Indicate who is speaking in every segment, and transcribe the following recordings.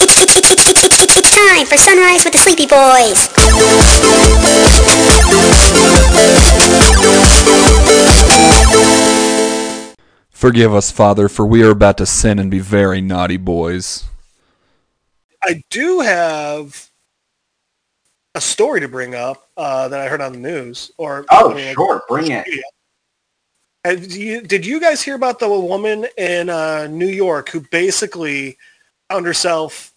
Speaker 1: It's, it's, it's, it's, it's, it's time for Sunrise with the Sleepy Boys.
Speaker 2: Forgive us, Father, for we are about to sin and be very naughty boys.
Speaker 3: I do have a story to bring up uh, that I heard on the news. Or
Speaker 4: Oh,
Speaker 3: I mean,
Speaker 4: sure, bring it.
Speaker 3: Have you, did you guys hear about the woman in uh, New York who basically found herself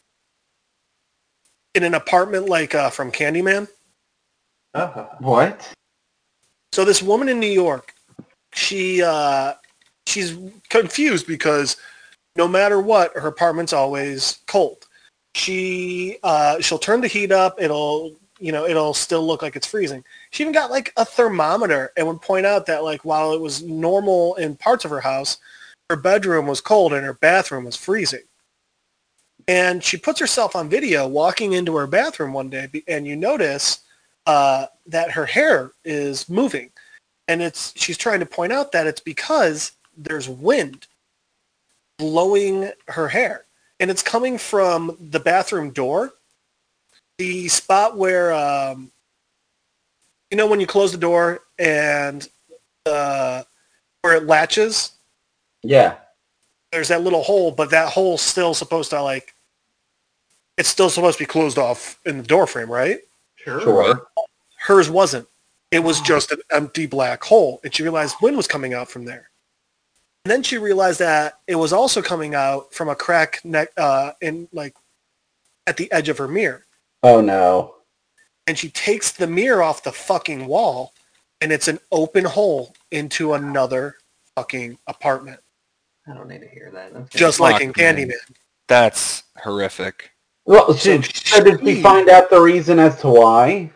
Speaker 3: in an apartment like uh, from Candyman?
Speaker 4: Uh-huh. What?
Speaker 3: So this woman in New York, she uh, she's confused because no matter what, her apartment's always cold. She uh, she'll turn the heat up. It'll you know it'll still look like it's freezing. She even got like a thermometer and would point out that like while it was normal in parts of her house, her bedroom was cold and her bathroom was freezing. And she puts herself on video walking into her bathroom one day, be- and you notice uh, that her hair is moving, and it's she's trying to point out that it's because there's wind blowing her hair, and it's coming from the bathroom door, the spot where um, you know when you close the door and uh, where it latches.
Speaker 4: Yeah.
Speaker 3: There's that little hole, but that hole's still supposed to like it's still supposed to be closed off in the door frame, right?
Speaker 4: Sure.
Speaker 3: Hers wasn't. It was just an empty black hole. And she realized wind was coming out from there. And then she realized that it was also coming out from a crack neck uh, in like at the edge of her mirror.
Speaker 4: Oh no.
Speaker 3: And she takes the mirror off the fucking wall and it's an open hole into another fucking apartment.
Speaker 4: I don't need to hear that. That's
Speaker 3: Just
Speaker 2: Fuck,
Speaker 3: like in
Speaker 2: man.
Speaker 3: Candyman.
Speaker 2: That's horrific.
Speaker 4: well, so, so did we
Speaker 3: she-
Speaker 4: find out the reason as to why?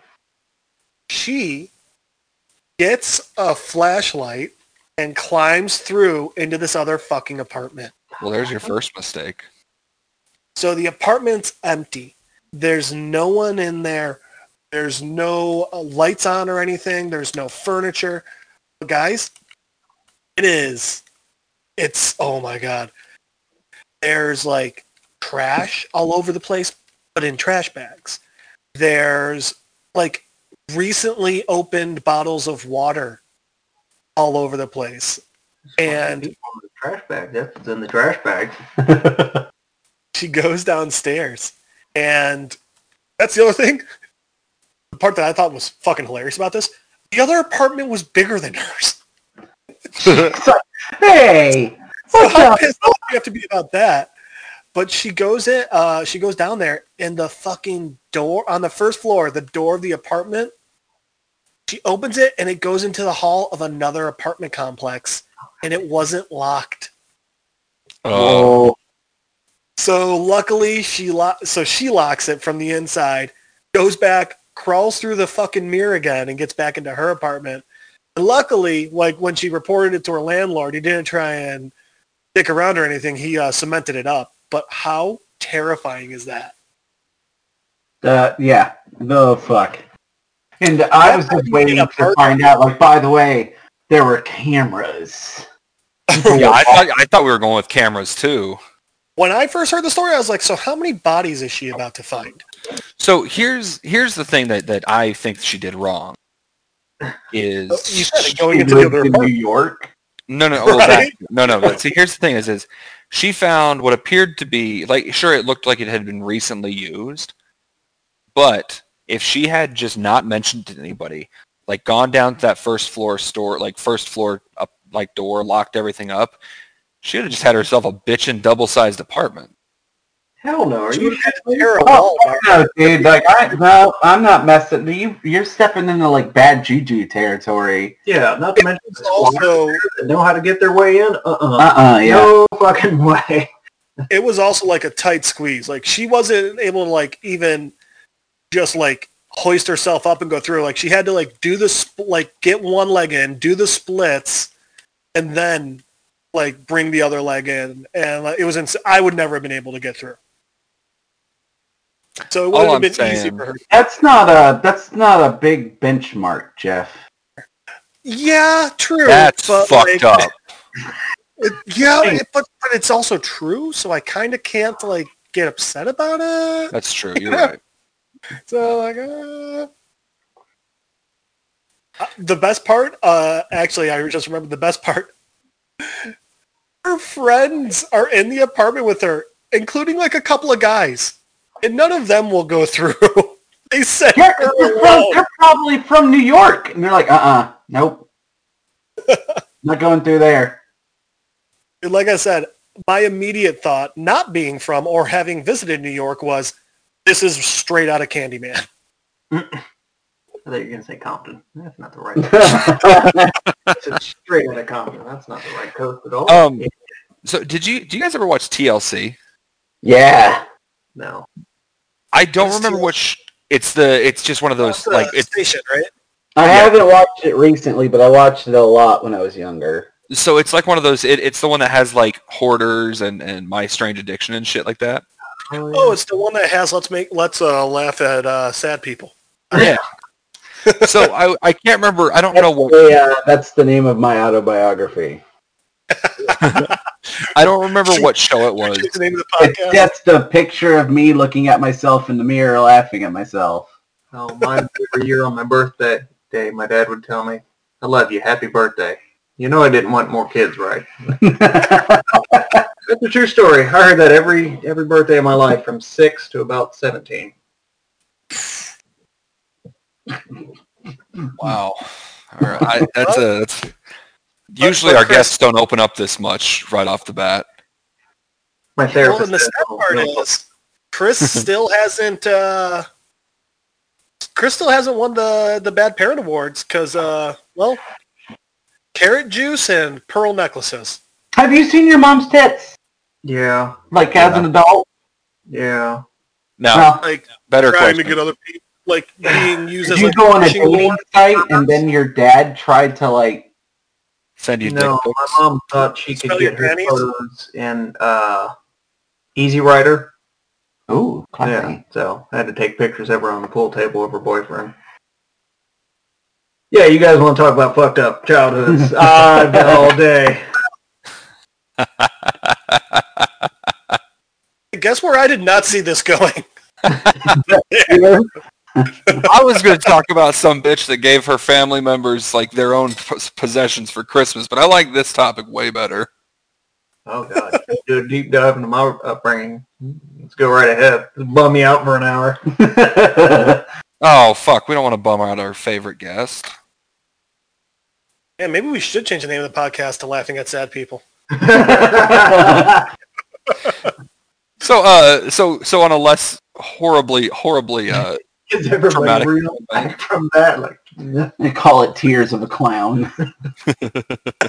Speaker 3: she gets a flashlight and climbs through into this other fucking apartment.
Speaker 2: Well, there's your first mistake.
Speaker 3: So the apartment's empty. There's no one in there. There's no uh, lights on or anything. There's no furniture. But guys, it is. It's, oh my God. There's like trash all over the place, but in trash bags. There's like recently opened bottles of water all over the place. And
Speaker 4: trash bag. That's what's in the trash bag.
Speaker 3: she goes downstairs and that's the other thing the part that i thought was fucking hilarious about this the other apartment was bigger than hers
Speaker 4: hey,
Speaker 3: so
Speaker 5: Oh,
Speaker 4: What's
Speaker 3: how
Speaker 4: up?
Speaker 3: pissed off do you have to be about that but she goes in uh, she goes down there and the fucking door on the first floor the door of the apartment she opens it and it goes into the hall of another apartment complex and it wasn't locked
Speaker 2: Oh,
Speaker 3: So luckily she lo- so she locks it from the inside, goes back, crawls through the fucking mirror again and gets back into her apartment. And luckily, like when she reported it to her landlord, he didn't try and stick around or anything. He uh, cemented it up. But how terrifying is that?
Speaker 4: Uh, yeah. No fuck. And I was just waiting to find out. Like, by the way, there were cameras.
Speaker 2: yeah.
Speaker 3: Oh.
Speaker 2: I thought I thought we were going with cameras too.
Speaker 3: When I first heard the story, I was like, so how many bodies is she about to find?
Speaker 2: So here's here's the thing that that I think she did wrong. Is
Speaker 3: Oh, You said it going
Speaker 4: She
Speaker 3: into the
Speaker 4: lived
Speaker 3: other
Speaker 4: in New
Speaker 3: apartment.
Speaker 4: York.
Speaker 2: No, no, well,
Speaker 3: Right?
Speaker 2: that, no, no. But see, here's the thing: is is she found what appeared to be like sure it looked like it had been recently used, but if she had just not mentioned it to anybody, like gone down to that first floor store, like first floor up, like door, locked everything up, she would have just had herself a bitchin' double sized apartment.
Speaker 4: Hell no. Are
Speaker 3: She
Speaker 4: you
Speaker 3: would've had a terrible
Speaker 4: Oh,
Speaker 3: wall,
Speaker 4: no, dude. Like, I, no, I'm not messing. You, you're stepping into like bad juju territory.
Speaker 5: Yeah, not to mention the squatters
Speaker 3: Also,
Speaker 5: that know how to get their way in. Uh-uh.
Speaker 4: Uh-uh. Yeah.
Speaker 5: No fucking way.
Speaker 3: it was also like a tight squeeze. Like she wasn't able to like even just like hoist herself up and go through. Like she had to like do the sp- like get one leg in, do the splits, and then like bring the other leg in. And like, it was ins- I would never have been able to get through. So it would
Speaker 2: All
Speaker 3: have
Speaker 2: I'm
Speaker 3: been easy
Speaker 2: saying-
Speaker 3: for her.
Speaker 4: That's not a. That's not a big benchmark, Jeff.
Speaker 3: Yeah, true.
Speaker 2: That's
Speaker 3: but, like,
Speaker 2: fucked up.
Speaker 3: it- yeah, it- but but it's also true. So I kind of can't like get upset about it.
Speaker 2: That's true. You're right.
Speaker 3: So like, uh... Uh, the best part, uh, actually, I just remembered the best part. Her friends are in the apartment with her, including like a couple of guys, and none of them will go through. they sent
Speaker 4: Yeah,
Speaker 3: her
Speaker 4: they're, from,
Speaker 3: alone.
Speaker 4: they're probably from New York, and they're like, uh-uh, nope, not going through there.
Speaker 3: And like I said, my immediate thought, not being from or having visited New York, was this is straight out of Candyman.
Speaker 5: I thought you were going to say Compton. That's not the right. it's straight out of Compton. That's not the right coast at all.
Speaker 2: Um, so did you do you guys ever watch TLC?
Speaker 4: yeah,
Speaker 5: no.
Speaker 2: I don't
Speaker 3: What's
Speaker 2: remember
Speaker 3: TLC?
Speaker 2: which. It's the. It's just one of those
Speaker 3: Uh,
Speaker 2: like it's
Speaker 3: station, right?
Speaker 2: Yeah.
Speaker 6: I haven't watched it recently, but I watched it a lot when I was younger.
Speaker 2: so it's like one of those. It, it's the one that has like hoarders and and my strange addiction and shit like that.
Speaker 3: Oh, it's the one that has let's make let's uh, laugh at uh, sad people.
Speaker 2: Yeah. so I I can't remember. I don't know what
Speaker 6: Yeah, that's the name of my autobiography.
Speaker 2: I don't remember what show it was.
Speaker 3: What's the name of the
Speaker 4: it's
Speaker 3: podcast?
Speaker 4: just a picture of me looking at myself in the mirror, laughing at myself.
Speaker 5: Oh, mine every year on my birthday day, my dad would tell me, "I love you, happy birthday." You know, I didn't want more kids, right? That's a true story. I heard that every every birthday of my life, from six to about seventeen.
Speaker 2: Wow. All right. I, that's a. That's, usually our guests don't open up this much right off the bat.
Speaker 5: My
Speaker 3: Well,
Speaker 5: therapist.
Speaker 3: and the
Speaker 5: said,
Speaker 3: sad
Speaker 5: "Oh,
Speaker 3: part
Speaker 5: no."
Speaker 3: is Chris still hasn't. Uh, Chris still hasn't won the the Bad Parent Awards because, uh, well, carrot juice and pearl necklaces.
Speaker 4: Have you seen your mom's tits?
Speaker 5: yeah,
Speaker 4: Like as an adult?
Speaker 5: yeah.
Speaker 2: Now,
Speaker 4: Well,
Speaker 3: Like
Speaker 2: better
Speaker 3: trying to
Speaker 2: question.
Speaker 3: get other people, like being used as
Speaker 4: did you
Speaker 3: like,
Speaker 4: go on a
Speaker 3: punching
Speaker 4: dating
Speaker 3: board?
Speaker 4: site and then your dad tried to like?
Speaker 2: Send you
Speaker 5: No,
Speaker 2: dick
Speaker 5: my
Speaker 2: pics.
Speaker 5: mom thought she could
Speaker 3: Spell your
Speaker 5: get her
Speaker 3: panties?
Speaker 5: photos in uh, Easy Rider.
Speaker 4: Ooh,
Speaker 5: Yeah,
Speaker 4: classy.
Speaker 5: so I had to take pictures of her on the pool table of her boyfriend. Yeah, you guys want to talk about fucked up childhoods? I've got all day.
Speaker 3: Guess where I did not see this going.
Speaker 2: I was going to talk about some bitch that gave her family members like their own pos- possessions for Christmas, but I like this topic way better.
Speaker 5: Oh god, do a deep dive into my upbringing. Let's go right ahead. Just bum me out for an hour.
Speaker 2: Oh fuck, we don't want to bum out our favorite guest.
Speaker 3: Yeah, maybe we should change the name of the podcast to "Laughing at Sad People."
Speaker 2: So uh so so on a less horribly horribly uh
Speaker 5: Is everybody
Speaker 2: Traumatic.
Speaker 5: real back from that? Like,
Speaker 4: they call it tears of a clown.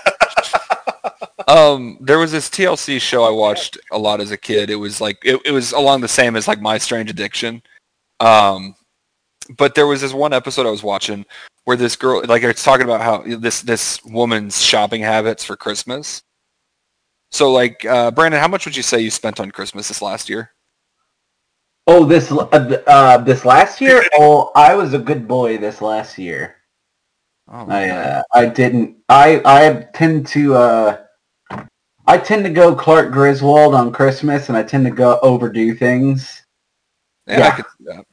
Speaker 2: um there was this TLC show I watched a lot as a kid. It was like it, it was along the same as like My Strange Addiction. Um but there was this one episode I was watching where this girl like it's talking about how this this woman's shopping habits for Christmas. So like uh Brandon, how much would you say you spent on Christmas this last year?
Speaker 4: Oh, this l- uh, th- uh, this last year. Oh, I was a good boy this last year.
Speaker 2: Oh,
Speaker 4: I uh, I didn't. I I tend to uh, I tend to go Clark Griswold on Christmas, and I tend to go overdo things.
Speaker 2: yeah, I
Speaker 4: yeah.
Speaker 2: could see that.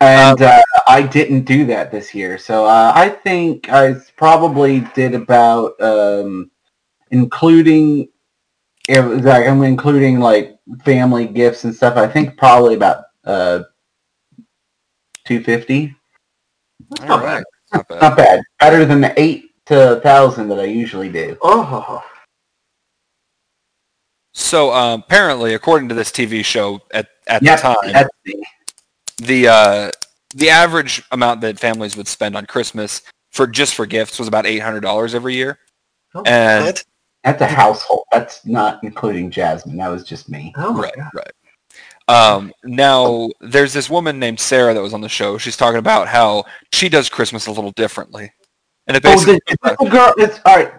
Speaker 4: And
Speaker 2: Um,
Speaker 4: uh, I didn't do that this year, so uh, I think I probably did about um, including. It was like I'm including like family gifts and stuff. I think probably about uh, two fifty.
Speaker 2: All
Speaker 5: not
Speaker 2: right. Not bad.
Speaker 4: Not bad. Better than the eight to thousand that I usually do.
Speaker 5: oh,
Speaker 2: So um, apparently, according to this TV show at, at
Speaker 4: Yeah,
Speaker 2: the time,
Speaker 4: that's me.
Speaker 2: the uh, the average amount that families would spend on Christmas for just for gifts was about eight hundred dollars every year.
Speaker 5: Oh,
Speaker 2: and
Speaker 3: What?
Speaker 4: That's a household. That's not including Jasmine. That was just me.
Speaker 5: oh my
Speaker 2: right,
Speaker 5: god.
Speaker 2: right. Um, now there's this woman named Sarah that was on the show. She's talking about how she does Christmas a little differently, and it
Speaker 4: Oh, the,
Speaker 2: basically
Speaker 4: is this the girl. It's all right.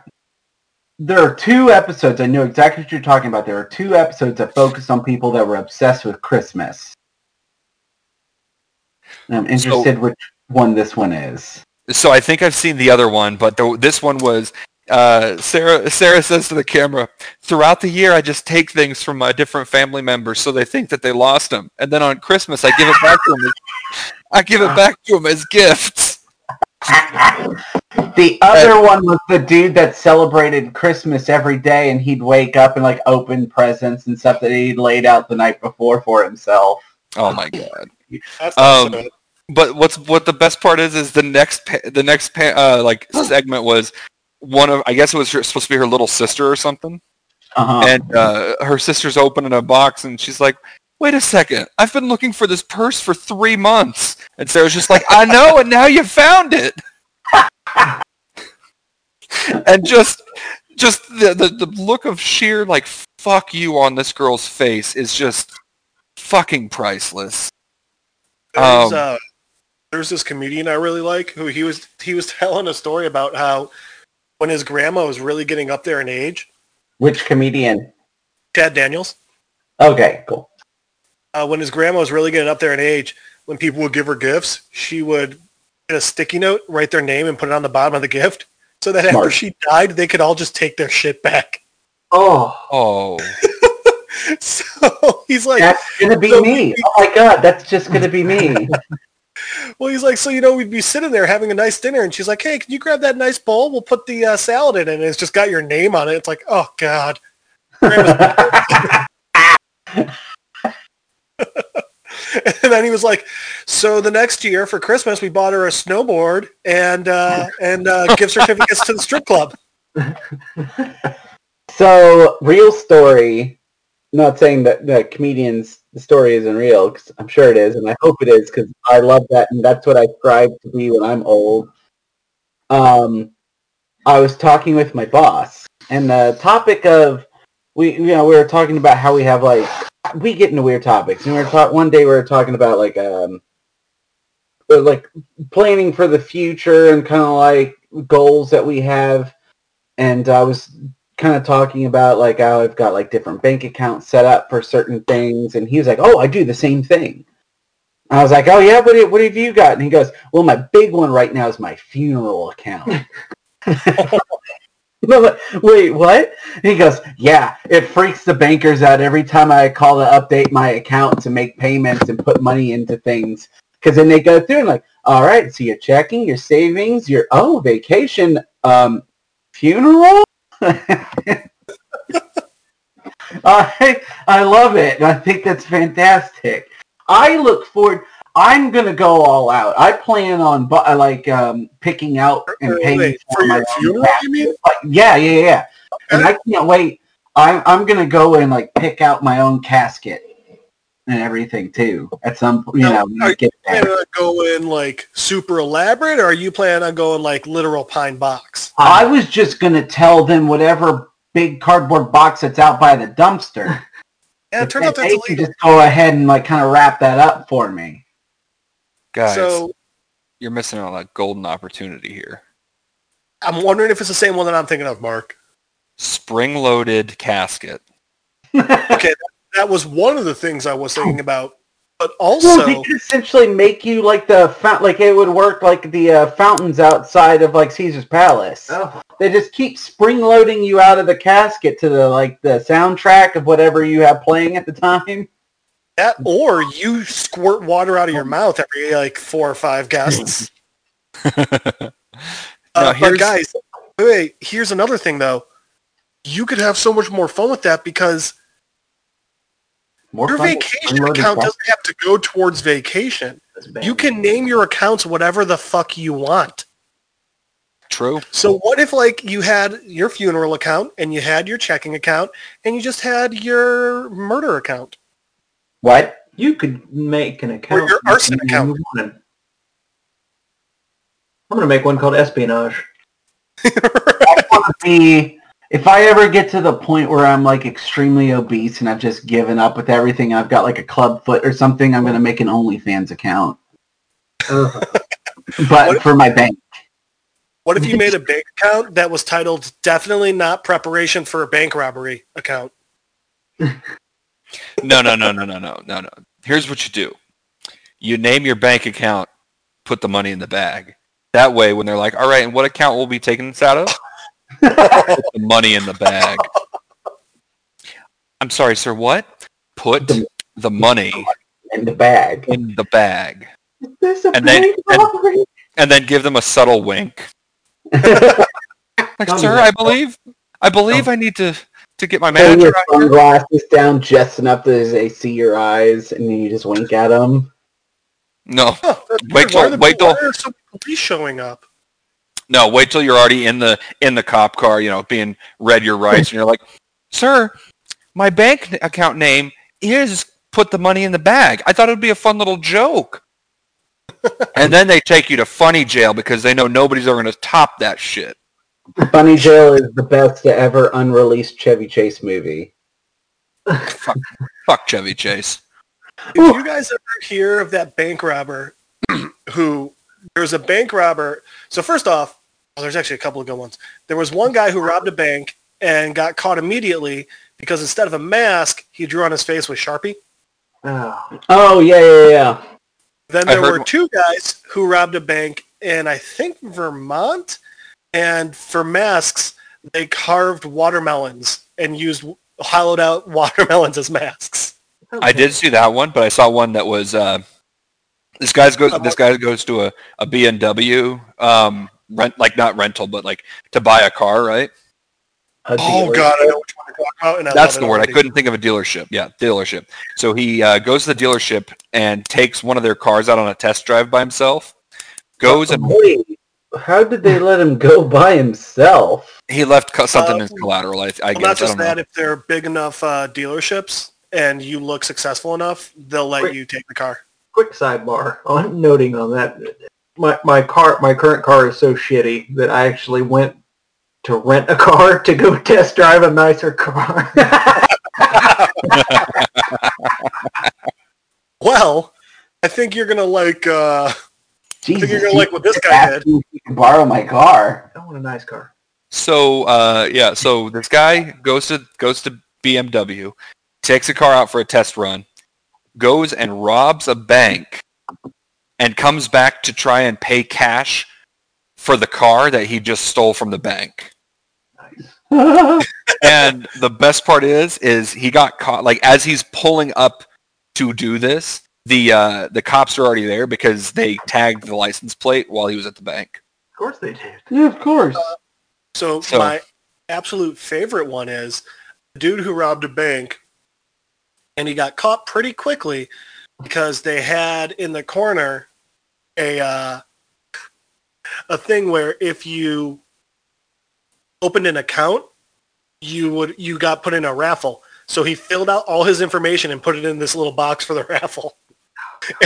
Speaker 4: There are two episodes. I know exactly what you're talking about. There are two episodes that focus on people that were obsessed with Christmas. And I'm interested which one this one is.
Speaker 2: so I think I've seen the other one, but the, this one was Uh, Sarah Sarah says to the camera, "Throughout the year, I just take things from my different family members, so they think that they lost them, and then on Christmas, I give it back to them. as- I give it back to them as gifts."
Speaker 4: The other one was the dude that celebrated Christmas every day, and he'd wake up and like open presents and stuff that he'd laid out the night before for himself.
Speaker 2: Oh my god!
Speaker 3: That's not
Speaker 2: Um,
Speaker 3: so bad.
Speaker 2: But what's what the best part is is the next pa- the next pa- uh, like segment was one of I guess it was her, supposed to be her little sister or something.
Speaker 4: Uh-huh.
Speaker 2: and uh, her sister's opening a box and she's like wait a second i've been looking for this purse for three months and sarah's just like i know and now you found it and just just the, the, the look of sheer like fuck you on this girl's face is just fucking priceless
Speaker 3: There's,
Speaker 2: um,
Speaker 3: uh, there's this comedian I really like who he was he was telling a story about how when his grandma was really getting up there in age,
Speaker 4: Which comedian?
Speaker 3: Chad Daniels.
Speaker 4: Okay, cool.
Speaker 3: uh, when his grandma was really getting up there in age, when people would give her gifts, she would get a sticky note, write their name, and put it on the bottom of the gift, so that after
Speaker 4: Smart.
Speaker 3: she died, they could all just take their shit back.
Speaker 5: Oh,
Speaker 2: oh
Speaker 3: So he's like,
Speaker 4: That's gonna be
Speaker 3: So-
Speaker 4: me. Oh my god, that's just gonna be me.
Speaker 3: well, he's like, so you know, we'd be sitting there having a nice dinner, and she's like, hey, can you grab that nice bowl? We'll put the uh, salad in it, and it's just got your name on it. It's like, oh god. Grandma's- and then he was like, so the next year for Christmas, we bought her a snowboard and uh, and uh, gift certificates to the strip club.
Speaker 4: so, real story. Not saying that the comedian's story isn't real, 'cause I'm sure it is, and I hope it is, because I love that, and that's what I strive to be when I'm old. Um, I was talking with my boss, and the topic of we, you know, we were talking about how we have like we get into weird topics, and we were ta- one day we were talking about like um, uh, like planning for the future and kind of like goals that we have, and I was kind of talking about like how I've got like different bank accounts set up for certain things, and he was like, "Oh, I do the same thing." I was like, "Oh yeah, what, do- what have you got?" And he goes, "Well, my big one right now is my funeral account." I'm like, Wait, what? And he goes, "Yeah, it freaks the bankers out every time I call to update my account to make payments and put money into things." Because then they go through and like, all right, so you're checking your savings, your oh vacation, um, funeral. I I love it. I think that's fantastic. I look forward. I'm gonna go all out. I plan on bu- uh, like um, picking out and
Speaker 3: Wait,
Speaker 4: paying
Speaker 3: wait,
Speaker 4: for
Speaker 3: for
Speaker 4: my
Speaker 3: your funeral,
Speaker 4: own
Speaker 3: you mean?
Speaker 4: like, yeah, yeah, yeah. And I can't wait. I'm I'm gonna go and like pick out my own casket and everything too. At some point, you
Speaker 3: Now,
Speaker 4: know, when
Speaker 3: are
Speaker 4: I
Speaker 3: you
Speaker 4: get
Speaker 3: planning
Speaker 4: there.
Speaker 3: on going like super elaborate, or are you planning on going like literal pine box?
Speaker 4: I was just gonna tell them whatever big cardboard box that's out by the dumpster.
Speaker 3: Yeah, it
Speaker 4: if
Speaker 3: turned out that's
Speaker 4: they can
Speaker 3: illegal.
Speaker 4: just go ahead and like kind of wrap that up for me.
Speaker 2: guys
Speaker 3: So
Speaker 2: you're missing out on a golden opportunity here
Speaker 3: I'm wondering if it's the same one that I'm thinking of, Mark.
Speaker 2: spring-loaded casket
Speaker 3: Okay, that, that was one of the things I was thinking about, but
Speaker 4: Well, they
Speaker 3: also
Speaker 4: could essentially make you like the fount- like it would work like the uh, fountains outside of like Caesar's Palace.
Speaker 5: oh,
Speaker 4: They just keep spring loading you out of the casket to the like the soundtrack of whatever you have playing at the time.
Speaker 3: that, or you squirt water out of your mouth every like four or five guesses.
Speaker 2: Now,
Speaker 3: Uh,
Speaker 2: here's-
Speaker 3: but guys, wait, wait, here's another thing though. You could have so much more fun with that because
Speaker 4: More
Speaker 3: your
Speaker 4: fun than
Speaker 3: vacation
Speaker 4: spring-loaded
Speaker 3: account
Speaker 4: casket.
Speaker 3: doesn't have to go towards vacation.
Speaker 5: this band.
Speaker 3: You can name your accounts whatever the fuck you want.
Speaker 2: true
Speaker 3: So what if like you had your funeral account and you had your checking account and you just had your murder account?
Speaker 4: What?
Speaker 5: You could make an account.
Speaker 3: your
Speaker 5: with
Speaker 3: arson
Speaker 5: the name
Speaker 3: account.
Speaker 5: you wanted. I'm gonna make one called espionage.
Speaker 4: be if I ever get to the point where I'm like extremely obese and I've just given up with everything, I've got like a club foot or something, I'm gonna make an OnlyFans account.
Speaker 5: Ugh.
Speaker 4: But
Speaker 3: Uh-huh. What-
Speaker 4: for my bank.
Speaker 3: What if you made a bank account that was titled definitely not preparation for a bank robbery account?
Speaker 2: No, no, no, no, no, no, no, no. Here's what you do. You name your bank account, put the money in the bag. That way, when they're like, all right, and what account will we be taking this out of? Put the money in the bag. I'm sorry, sir. What? Put
Speaker 4: The-
Speaker 2: the money
Speaker 4: in the bag.
Speaker 2: in the bag,
Speaker 4: There's a
Speaker 2: And then-
Speaker 4: big
Speaker 2: and-
Speaker 4: robbery.
Speaker 2: and then give them a subtle wink. Like,
Speaker 5: Tell me
Speaker 2: sir,
Speaker 5: that.
Speaker 2: I believe, I believe I need to to get my
Speaker 4: Pull
Speaker 2: manager
Speaker 4: your
Speaker 2: out here.
Speaker 4: sunglasses down just enough that they see your eyes, and then you just wink at them.
Speaker 2: No,
Speaker 3: Huh, that's
Speaker 2: Wait
Speaker 3: weird.
Speaker 2: till-
Speaker 3: Why are the-
Speaker 2: wait till-
Speaker 3: why are so many police showing up?
Speaker 2: no. Wait till you're already in the in the cop car. You know, being read your rights, and you're like, sir, my bank n- account name is put the money in the bag. I thought it would be a fun little joke. and then they take you to funny jail because they know nobody's ever going to top that shit.
Speaker 4: Bunny Jail is the best to ever unreleased Chevy Chase movie.
Speaker 2: Fuck Chevy Chase.
Speaker 3: If you guys ever hear of that bank robber who there's a bank robber. So first off, well, there's actually a couple of good ones. There was one guy who robbed a bank and got caught immediately because instead of a mask, he drew on his face with Sharpie.
Speaker 5: Oh,
Speaker 4: Oh yeah, yeah, yeah.
Speaker 3: Then
Speaker 2: I
Speaker 3: there
Speaker 2: heard
Speaker 3: were
Speaker 2: one-
Speaker 3: two guys who robbed a bank in I think Vermont, and for masks they carved watermelons and used hollowed out watermelons as masks.
Speaker 2: I did see that one, but I saw one that was uh, this guy's goes this guy goes to a a B and W um, rent like not rental but like to buy a car right.
Speaker 4: A
Speaker 3: Oh
Speaker 4: dealer.
Speaker 3: God, I know which one you're talking about. And I
Speaker 2: That's
Speaker 3: love
Speaker 2: the
Speaker 3: it
Speaker 2: word. I
Speaker 3: already.
Speaker 2: couldn't think of a dealership. Yeah, dealership. So he uh, goes to the dealership and takes one of their cars out on a test drive by himself. Goes and
Speaker 4: Wait, how did they let him go by himself?
Speaker 2: he left co- something
Speaker 3: Uh,
Speaker 2: as collateral. I, I
Speaker 3: Well, not
Speaker 2: guess I
Speaker 3: just
Speaker 2: don't know.
Speaker 3: that, if they're big enough uh, dealerships and you look successful enough, they'll let
Speaker 5: Wait.
Speaker 3: you take the car.
Speaker 5: quick sidebar on noting on that my, my car my current car is so shitty that i actually went to rent a car to go test drive a nicer car
Speaker 3: Well, I think you're gonna like. Uh, I think
Speaker 7: Jesus,
Speaker 3: you're gonna like what this guy did.
Speaker 7: asked me if you could borrow my car.
Speaker 5: i want a nice car
Speaker 2: So uh, yeah, so this guy goes to goes to BMW, takes a car out for a test run, goes and robs a bank, and comes back to try and pay cash for the car that he just stole from the bank. and the best part is, is he got caught. Like as he's pulling up to do this, the uh, the cops are already there because they tagged the license plate while he was at the bank.
Speaker 5: of course they did
Speaker 7: Yeah, of course.
Speaker 3: So,
Speaker 2: So-
Speaker 3: my absolute favorite one is the dude who robbed a bank and he got caught pretty quickly because they had in the corner a uh, a thing where if you opened an account you would you got put in a raffle. So he filled out all his information and put it in this little box for the raffle.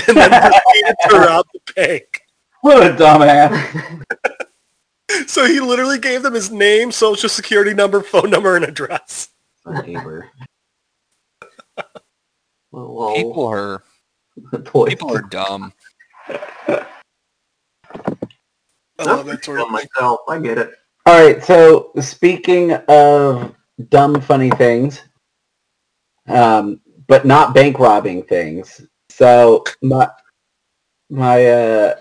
Speaker 3: And then proceeded to rob the bank.
Speaker 7: What a dumbass.
Speaker 3: So he literally gave them his name, social security number, phone number, and address.
Speaker 4: Neighbor.
Speaker 5: Lol.
Speaker 2: People are
Speaker 5: Boy.
Speaker 2: People are dumb.
Speaker 3: I
Speaker 5: I'm
Speaker 3: love that sort
Speaker 4: Oh
Speaker 5: on
Speaker 3: of
Speaker 5: myself i get it
Speaker 4: All right. So speaking of dumb, funny things, um, but not bank robbing things. So my my uh,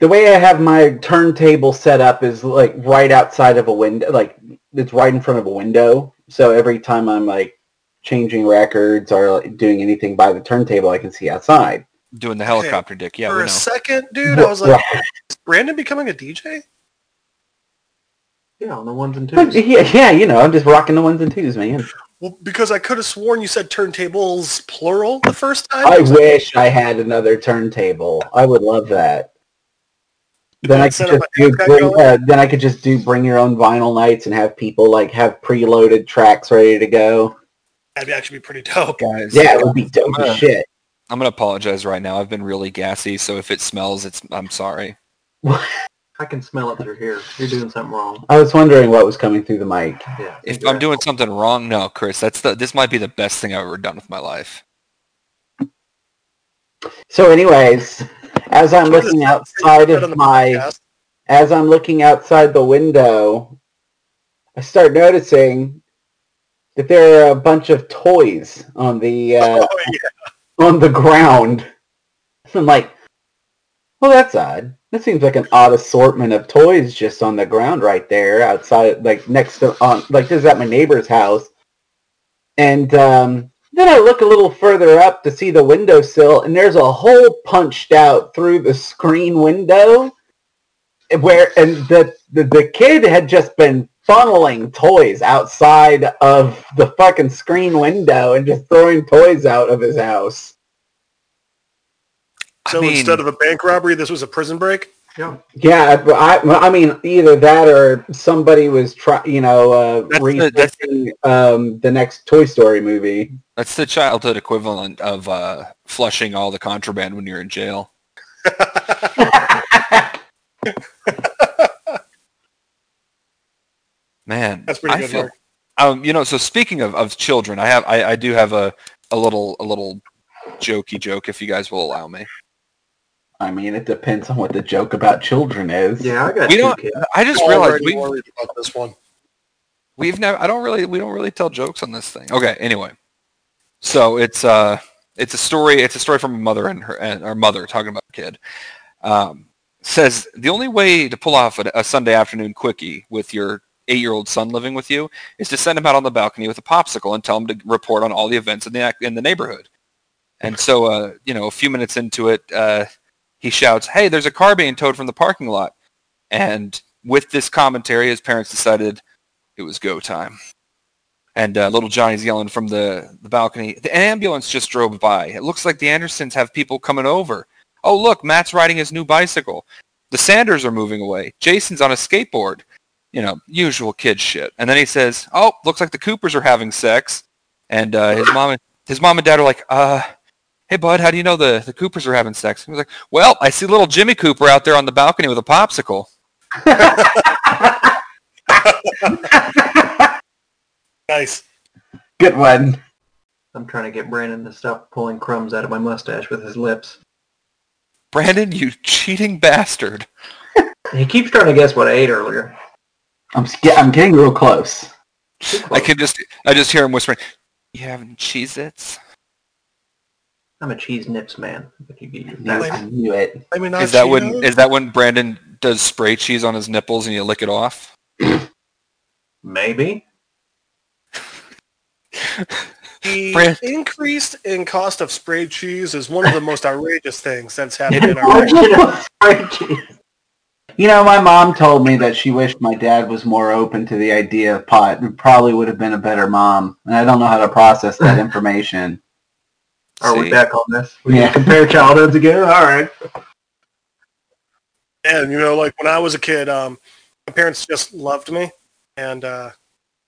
Speaker 4: the way I have my turntable set up is like right outside of a window, like it's right in front of a window. So every time I'm like changing records or like, doing anything by the turntable, I can see outside.
Speaker 2: Doing the helicopter dick. Yeah,
Speaker 3: For
Speaker 2: we
Speaker 3: a
Speaker 2: know.
Speaker 3: second, dude, I was like,
Speaker 4: Right.
Speaker 3: is Brandon becoming a DJ?
Speaker 5: yeah on the ones and twos
Speaker 4: yeah, yeah, you know, I'm just rocking the ones and twos, man.
Speaker 3: Well, because I could have sworn you said turntables plural the first time.
Speaker 4: I wish I had another turntable. I would love that. Then I could
Speaker 3: Set up
Speaker 4: just
Speaker 3: a
Speaker 4: do
Speaker 3: track
Speaker 4: bring,
Speaker 3: going?
Speaker 4: uh, then I could just do bring your own vinyl nights and have people like have preloaded tracks ready to go.
Speaker 3: That'd actually be pretty dope.
Speaker 2: Guys,
Speaker 4: Yeah, it would be dope
Speaker 2: Yeah.
Speaker 4: as shit.
Speaker 2: I'm gonna apologize right now. I've been really gassy, so if it smells, it's I'm sorry.
Speaker 5: i can smell it through here you're doing something wrong
Speaker 4: I was wondering what was coming through the mic.
Speaker 5: yeah
Speaker 2: If I'm doing something wrong, no, Chris. That's the this might be the best thing I've ever done with my life.
Speaker 4: So, anyways, as I'm
Speaker 3: Jesus,
Speaker 4: looking
Speaker 3: Said
Speaker 4: outside
Speaker 3: on
Speaker 4: of
Speaker 3: the
Speaker 4: my
Speaker 3: podcast.
Speaker 4: as I'm looking outside the window, I start noticing that there are a bunch of toys on the uh,
Speaker 3: Oh, yeah.
Speaker 4: on the ground. I'm like, well, that's odd. That seems like an odd assortment of toys just on the ground right there outside, like next to, on, like this is at my neighbor's house. And um, then I look a little further up to see the windowsill, and there's a hole punched out through the screen window eh, where, and the, the, the kid had just been funneling toys outside of the fucking screen window and just throwing toys out of his house.
Speaker 3: So
Speaker 2: I mean,
Speaker 3: instead of a bank robbery, this was a prison break.
Speaker 4: Yeah, but I, well, I mean, either that or somebody was try, you know, uh,
Speaker 2: That's the- that's
Speaker 4: remaking um, the next Toy Story movie.
Speaker 2: that's the childhood equivalent of uh, flushing all the contraband when you're in jail. Man,
Speaker 3: That's pretty
Speaker 2: I
Speaker 3: good
Speaker 2: feel-
Speaker 3: work.
Speaker 2: Um, you know, so speaking of, of children, I have I, I do have a, a little a little jokey joke if you guys will allow me.
Speaker 4: I mean, it depends on what the joke about children is.
Speaker 5: Yeah, I got
Speaker 2: We
Speaker 5: two
Speaker 2: don't-
Speaker 5: kids.
Speaker 2: I just realized
Speaker 3: Already
Speaker 2: we
Speaker 3: worried about this one.
Speaker 2: We've never. I don't really. We don't really tell jokes on this thing. Okay. Anyway, so it's uh, it's a story. It's a story from a mother and her and our mother talking about a kid. Um, says the only way to pull off a, a Sunday afternoon quickie with your eight-year-old son living with you is to send him out on the balcony with a popsicle and tell him to report on all the events in the ac- in the neighborhood. And so, uh, you know, a few minutes into it, uh, he shouts, "Hey, there's a car being towed from the parking lot!" And with this commentary, his parents decided it was go time. And uh, little Johnny's yelling from the, the balcony. The ambulance just drove by. It looks like the Andersons have people coming over. Oh, look, Matt's riding his new bicycle. The Sanders are moving away. Jason's on a skateboard. You know, usual kid shit. And then he says, oh, looks like the Coopers are having sex. And uh, his mom and his mom and dad are like, uh, hey, bud, how do you know the, the Coopers are having sex? He was like, well, I see little Jimmy Cooper out there on the balcony with a popsicle.
Speaker 3: Nice.
Speaker 4: Good one.
Speaker 5: I'm trying to get Brandon to stop pulling crumbs out of my mustache with his lips.
Speaker 2: Brandon, you cheating bastard.
Speaker 5: He keeps trying to guess what I ate earlier.
Speaker 4: I'm s- yeah, I'm getting real close.
Speaker 2: I can just I just hear him whispering, You having Cheez Its?
Speaker 5: I'm a cheese nips man. If you get your
Speaker 4: Knew- I knew it.
Speaker 3: I mean,
Speaker 2: Is that when is that when Brandon does spray cheese on his nipples and you lick it off?
Speaker 5: Maybe.
Speaker 3: the
Speaker 2: Brand-
Speaker 3: increase in cost of sprayed cheese is one of the most outrageous things that's happened in our life.
Speaker 4: you know, my mom told me that she wished my dad was more open to the idea of pot. It probably would have been a better mom, and I don't know how to process that information.
Speaker 5: Are
Speaker 2: See?
Speaker 5: we back on this? We
Speaker 4: Yeah.
Speaker 5: can compare childhoods again? All right.
Speaker 3: And you know, like when I was a kid, um, my parents just loved me, and uh,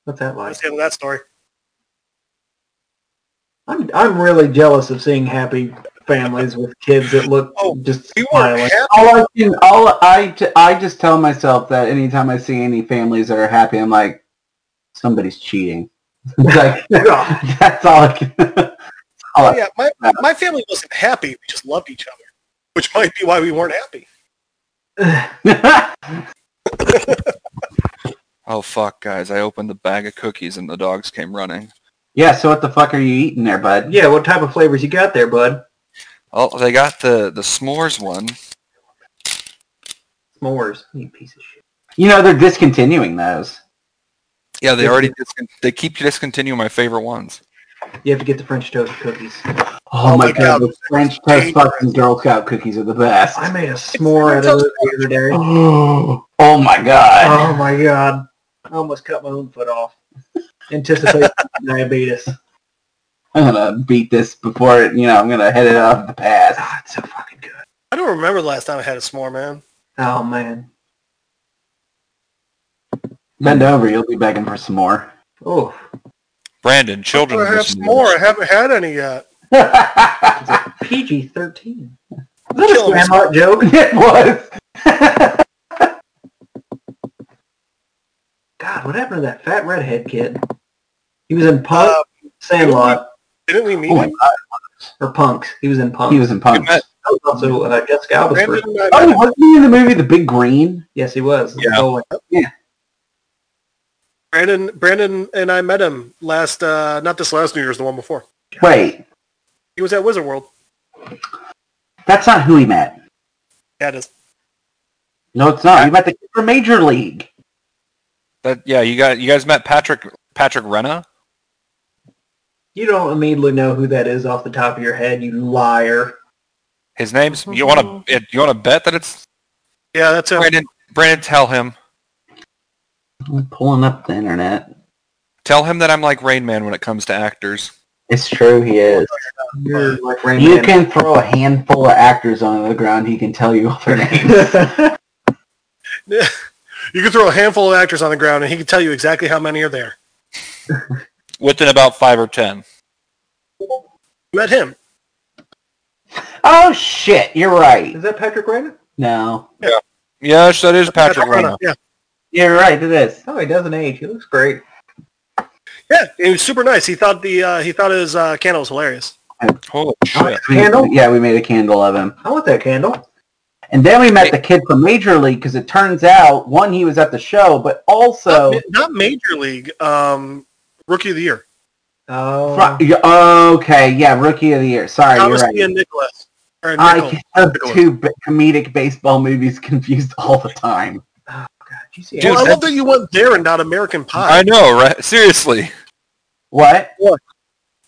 Speaker 5: What's that like?
Speaker 3: that's the end of that story.
Speaker 5: I'm, I'm really jealous of seeing happy families with kids that look
Speaker 3: Oh,
Speaker 5: just
Speaker 3: We weren't
Speaker 5: smiling.
Speaker 3: happy.
Speaker 4: all I can, all I, ju- I just tell myself that anytime I see any families that are happy, I'm like, somebody's cheating. like
Speaker 5: Yeah.
Speaker 4: that's all I can. all I-
Speaker 3: Yeah, my my family wasn't happy. We just loved each other, which might be why we weren't happy.
Speaker 2: Oh fuck guys, I opened the bag of cookies and the dogs came running.
Speaker 4: yeah. So what the fuck are you eating there, bud?
Speaker 5: yeah, what type of flavors you got there, bud?
Speaker 2: Oh, they got the, the s'mores one.
Speaker 5: S'mores. You piece of shit.
Speaker 4: You know they're discontinuing those.
Speaker 2: Yeah, they already discon- they keep discontinuing my favorite ones.
Speaker 5: You have to get the French toast cookies.
Speaker 4: Oh,
Speaker 3: Oh
Speaker 4: my
Speaker 3: my
Speaker 4: god,
Speaker 3: God.
Speaker 4: the French toast fucking Girl Scout cookies are the best.
Speaker 5: I made a s'more out of those the other day.
Speaker 4: oh my god.
Speaker 5: Oh my god. I almost cut my own foot off. Anticipate diabetes.
Speaker 4: I'm gonna beat this before it, you know, I'm gonna head it off the pass.
Speaker 5: Ah, it's so fucking good.
Speaker 3: I don't remember the last time I had a s'more, man.
Speaker 5: Oh man.
Speaker 4: Bend over, you'll be begging for some more.
Speaker 5: Oh,
Speaker 2: Brandon, children
Speaker 3: I
Speaker 2: are
Speaker 3: have s'more. I haven't had any yet.
Speaker 4: it
Speaker 5: PG thirteen.
Speaker 3: Kill 'em.
Speaker 5: Grandma joke.
Speaker 4: was.
Speaker 5: God, what happened to that fat redhead kid? He was in Punk,
Speaker 3: Uh,
Speaker 5: Sandlot,
Speaker 3: didn't we meet?
Speaker 4: Oh my
Speaker 3: him?
Speaker 4: god,
Speaker 5: or Punks. He was in Punks.
Speaker 4: he was in punks.
Speaker 2: met-
Speaker 5: That was also uh, Jessica Alba's
Speaker 3: Brandon and
Speaker 5: first.
Speaker 3: I
Speaker 4: Oh,
Speaker 3: met.
Speaker 4: wasn't he in the movie The Big Green?
Speaker 5: Yes, he was. The
Speaker 2: Yeah.
Speaker 5: bowling.
Speaker 3: Brandon, Brandon and I met him last, uh, not this last New Year's, the one before.
Speaker 4: Wait,
Speaker 3: He was at Wizard World.
Speaker 4: that's not who he met.
Speaker 3: Yeah, it is.
Speaker 4: No, it's not. You met the kid from Major League.
Speaker 2: That yeah, you got you guys met Patrick Patrick Renna.
Speaker 5: You don't immediately know who that is off the top of your head, you liar.
Speaker 2: His name's you want to you want to bet that it's
Speaker 3: Mm-hmm. Yeah, that's it.
Speaker 2: Brandon. Brandon, tell him
Speaker 4: I'm pulling up the internet.
Speaker 2: tell him that I'm like Rain Man when it comes to actors.
Speaker 4: It's true, he is.
Speaker 5: You're like Rain
Speaker 4: You
Speaker 5: Man.
Speaker 4: can throw a handful of actors onto the ground. He can tell you all their names.
Speaker 3: You can throw a handful of actors on the ground, and he can tell you exactly how many are there.
Speaker 2: Within about five or ten.
Speaker 3: Met him.
Speaker 4: oh shit! You're right.
Speaker 5: is that Patrick Raymond?
Speaker 4: No,
Speaker 2: Yes, that is Patrick Renna.
Speaker 3: Yeah,
Speaker 4: you're right. It is.
Speaker 5: Oh, he doesn't age. He looks great.
Speaker 3: yeah. He was super nice. He thought the uh, he thought his uh, candle was hilarious.
Speaker 2: Holy shit!
Speaker 4: We-
Speaker 5: Candle?
Speaker 4: yeah, we made a candle of him.
Speaker 5: I want that candle.
Speaker 4: And then we met the kid from Major League because it turns out one he was at the show, but
Speaker 2: Oh.
Speaker 4: also
Speaker 3: Not, not major league. Um, rookie of the year.
Speaker 5: Oh,
Speaker 4: Fri- yeah, okay, yeah, rookie of the year. Sorry, you're
Speaker 3: Thomas
Speaker 4: right.
Speaker 3: Ian Nicholas. Or Nichol.
Speaker 4: I can have
Speaker 3: Nicholas.
Speaker 4: two b- comedic baseball movies confused all the time.
Speaker 5: God, did you see
Speaker 2: Dude,
Speaker 3: well, I
Speaker 2: that-
Speaker 3: love that you went there and not American Pie.
Speaker 2: I know, right? Seriously,
Speaker 4: What?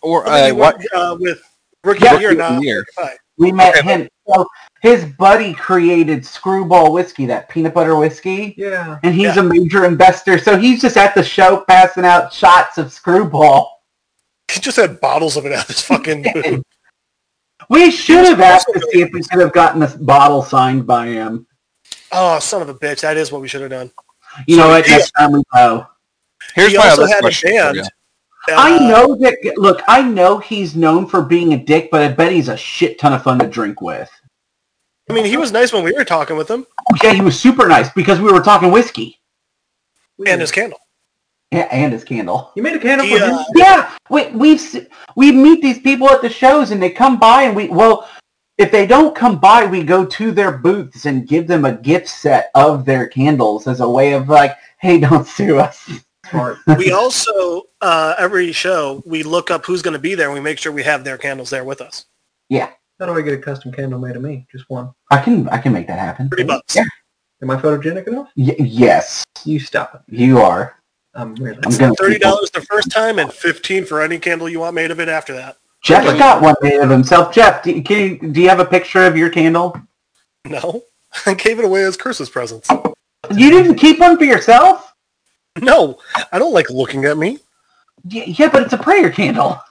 Speaker 2: or
Speaker 3: I love that you uh,
Speaker 2: uh, what?
Speaker 3: went, uh, with rookie
Speaker 4: Yeah,
Speaker 3: of the year,
Speaker 2: Rookie of
Speaker 3: not
Speaker 2: the year.
Speaker 3: American Pie.
Speaker 4: We met
Speaker 2: Okay,
Speaker 4: him. So his buddy created Screwball Whiskey, that peanut butter whiskey,
Speaker 5: Yeah.
Speaker 4: and he's
Speaker 3: Yeah.
Speaker 4: a major investor. So he's just at the show passing out shots of Screwball.
Speaker 3: He just had bottles of it out of his fucking. booth.
Speaker 4: We should have asked to
Speaker 3: also-
Speaker 4: see if we could have gotten this bottle signed by him.
Speaker 3: oh, son of a bitch! That is what we should have done.
Speaker 4: You know what?
Speaker 3: Yeah.
Speaker 4: Next time we go.
Speaker 2: Here's
Speaker 3: he
Speaker 2: my
Speaker 3: also
Speaker 2: other
Speaker 3: had a
Speaker 2: question. for
Speaker 3: band.
Speaker 2: you.
Speaker 4: I
Speaker 3: Uh,
Speaker 4: know that. Look, I know he's known for being a dick, but I bet he's a shit ton of fun to drink with.
Speaker 3: I mean, he was nice when we were talking with him
Speaker 4: Yeah, he was super nice because we were talking whiskey
Speaker 3: and his candle.
Speaker 4: yeah, and his candle.
Speaker 5: You made a candle
Speaker 3: He,
Speaker 5: for him?
Speaker 3: uh,
Speaker 4: Yeah, we we've s- we meet these people at the shows and they come by and we well, if they don't come by, we go to their booths and give them a gift set of their candles as a way of like, hey, don't sue us.
Speaker 5: Smart.
Speaker 3: we also uh, every show we look up who's going to be there and we make sure we have their candles there with us.
Speaker 5: How do I get a custom candle made of me? Just one.
Speaker 4: I can I can make that happen.
Speaker 3: Thirty bucks.
Speaker 4: Yeah.
Speaker 5: Am I photogenic enough?
Speaker 4: Y- yes,
Speaker 5: You stop it.
Speaker 4: you are.
Speaker 5: I'm really.
Speaker 4: I'm gonna
Speaker 3: Thirty dollars the first time and fifteen for any candle you want made of it after that.
Speaker 4: Jeff has got one made of himself. Jeff, do, can you, do you have a picture of your candle?
Speaker 3: No, I gave it away as Christmas presents.
Speaker 4: You didn't keep one for yourself?
Speaker 3: No, I don't like looking at me.
Speaker 4: Y- Yeah, but it's a prayer candle.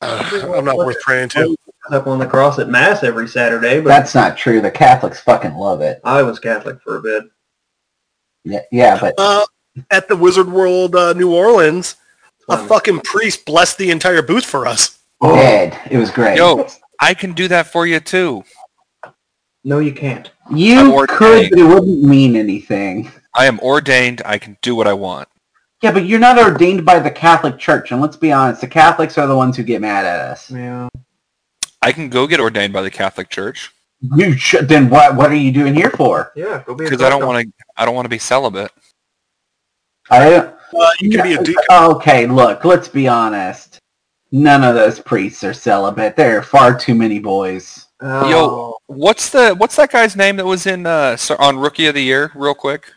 Speaker 3: Ugh, I'm not worth praying to.
Speaker 5: up on the cross at mass every Saturday, but
Speaker 4: That's not true. The Catholics fucking love it.
Speaker 5: I was Catholic for a bit.
Speaker 4: Yeah, yeah but
Speaker 3: Uh, at the Wizard World, uh, New Orleans, a fucking priest blessed the entire booth for us.
Speaker 4: dead. It was great.
Speaker 2: Yo, I can do that for you too.
Speaker 5: No, you can't.
Speaker 2: I'm
Speaker 4: you
Speaker 2: ordinary.
Speaker 4: could, but it wouldn't mean anything.
Speaker 2: I am ordained. I can do what I want.
Speaker 4: Yeah, but you're not ordained by the Catholic Church, and let's be honest, the Catholics are the ones who get mad at us.
Speaker 5: Yeah.
Speaker 2: I can go get ordained by the Catholic Church
Speaker 4: You should, then what? What are you doing here for?
Speaker 5: Yeah. Go be.
Speaker 2: because I don't want to. I don't want to be celibate.
Speaker 4: I don't.
Speaker 3: Uh, you can be a deacon.
Speaker 4: Okay, look, let's be honest. None of those priests are celibate. There are far too many boys.
Speaker 5: to. Oh,
Speaker 2: Yo, what's the what's that guy's name that was in uh, so- on Rookie of the Year? Real quick,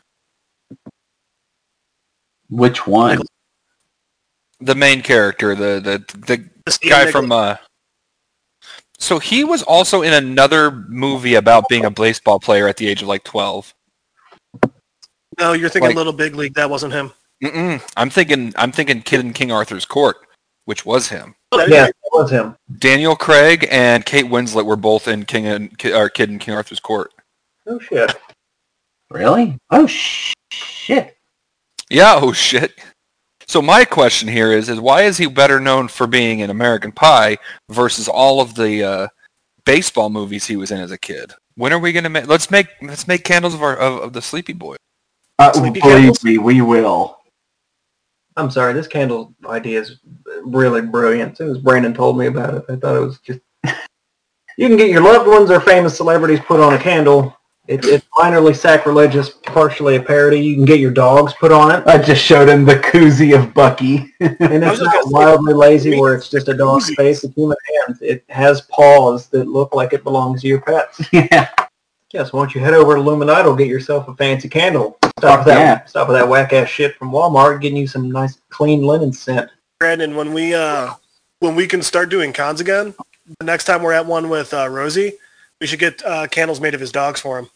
Speaker 4: Which one?
Speaker 2: the main character, the the the
Speaker 3: Just
Speaker 2: guy
Speaker 3: Ian
Speaker 2: from uh so he was also in another movie about being a baseball player at the age of like 12
Speaker 3: Nicholas. No, you're thinking
Speaker 2: like-
Speaker 3: Little Big League. That wasn't him.
Speaker 2: Mm-mm. i'm thinking i'm thinking kid in king arthur's court which was him
Speaker 3: That is-
Speaker 5: Yeah, that was him.
Speaker 2: daniel craig and kate winslet were both in king and Ki- or kid in king arthur's court
Speaker 5: Oh shit.
Speaker 4: Really? Oh sh- shit!
Speaker 2: yeah oh shit so my question here is is why is he better known for being in american pie versus all of the uh baseball movies he was in as a kid when are we gonna make let's make let's make candles of our of, of the sleepy boy
Speaker 4: Uh,
Speaker 3: Sleepy
Speaker 4: believe
Speaker 3: Candles?
Speaker 4: me, we will.
Speaker 5: I'm sorry. This candle idea is really brilliant. Soon as Brandon told me about it, I thought it was just. you can get your loved ones or famous celebrities put on a candle. It, it's minorly sacrilegious, partially a parody. You can get your dogs put on it,
Speaker 4: I just showed him the koozie of Bucky.
Speaker 5: and
Speaker 3: I was
Speaker 5: it's
Speaker 3: just
Speaker 5: not
Speaker 3: gonna say,
Speaker 5: wildly lazy
Speaker 3: we-
Speaker 5: where it's just a dog's
Speaker 3: Koozies.
Speaker 5: face with human hands. It has paws that look like it belongs to your pets.
Speaker 4: yeah,
Speaker 5: Yes, why don't you head over to Luminidal, get yourself a fancy candle. Stop with that
Speaker 4: yeah.
Speaker 5: stop with that whack ass shit from Walmart, getting you some nice clean linen scent.
Speaker 3: Brandon, when we uh, when we can start doing cons again, the next time we're at one with uh, Rosie, we should get uh, candles made of his dogs for him.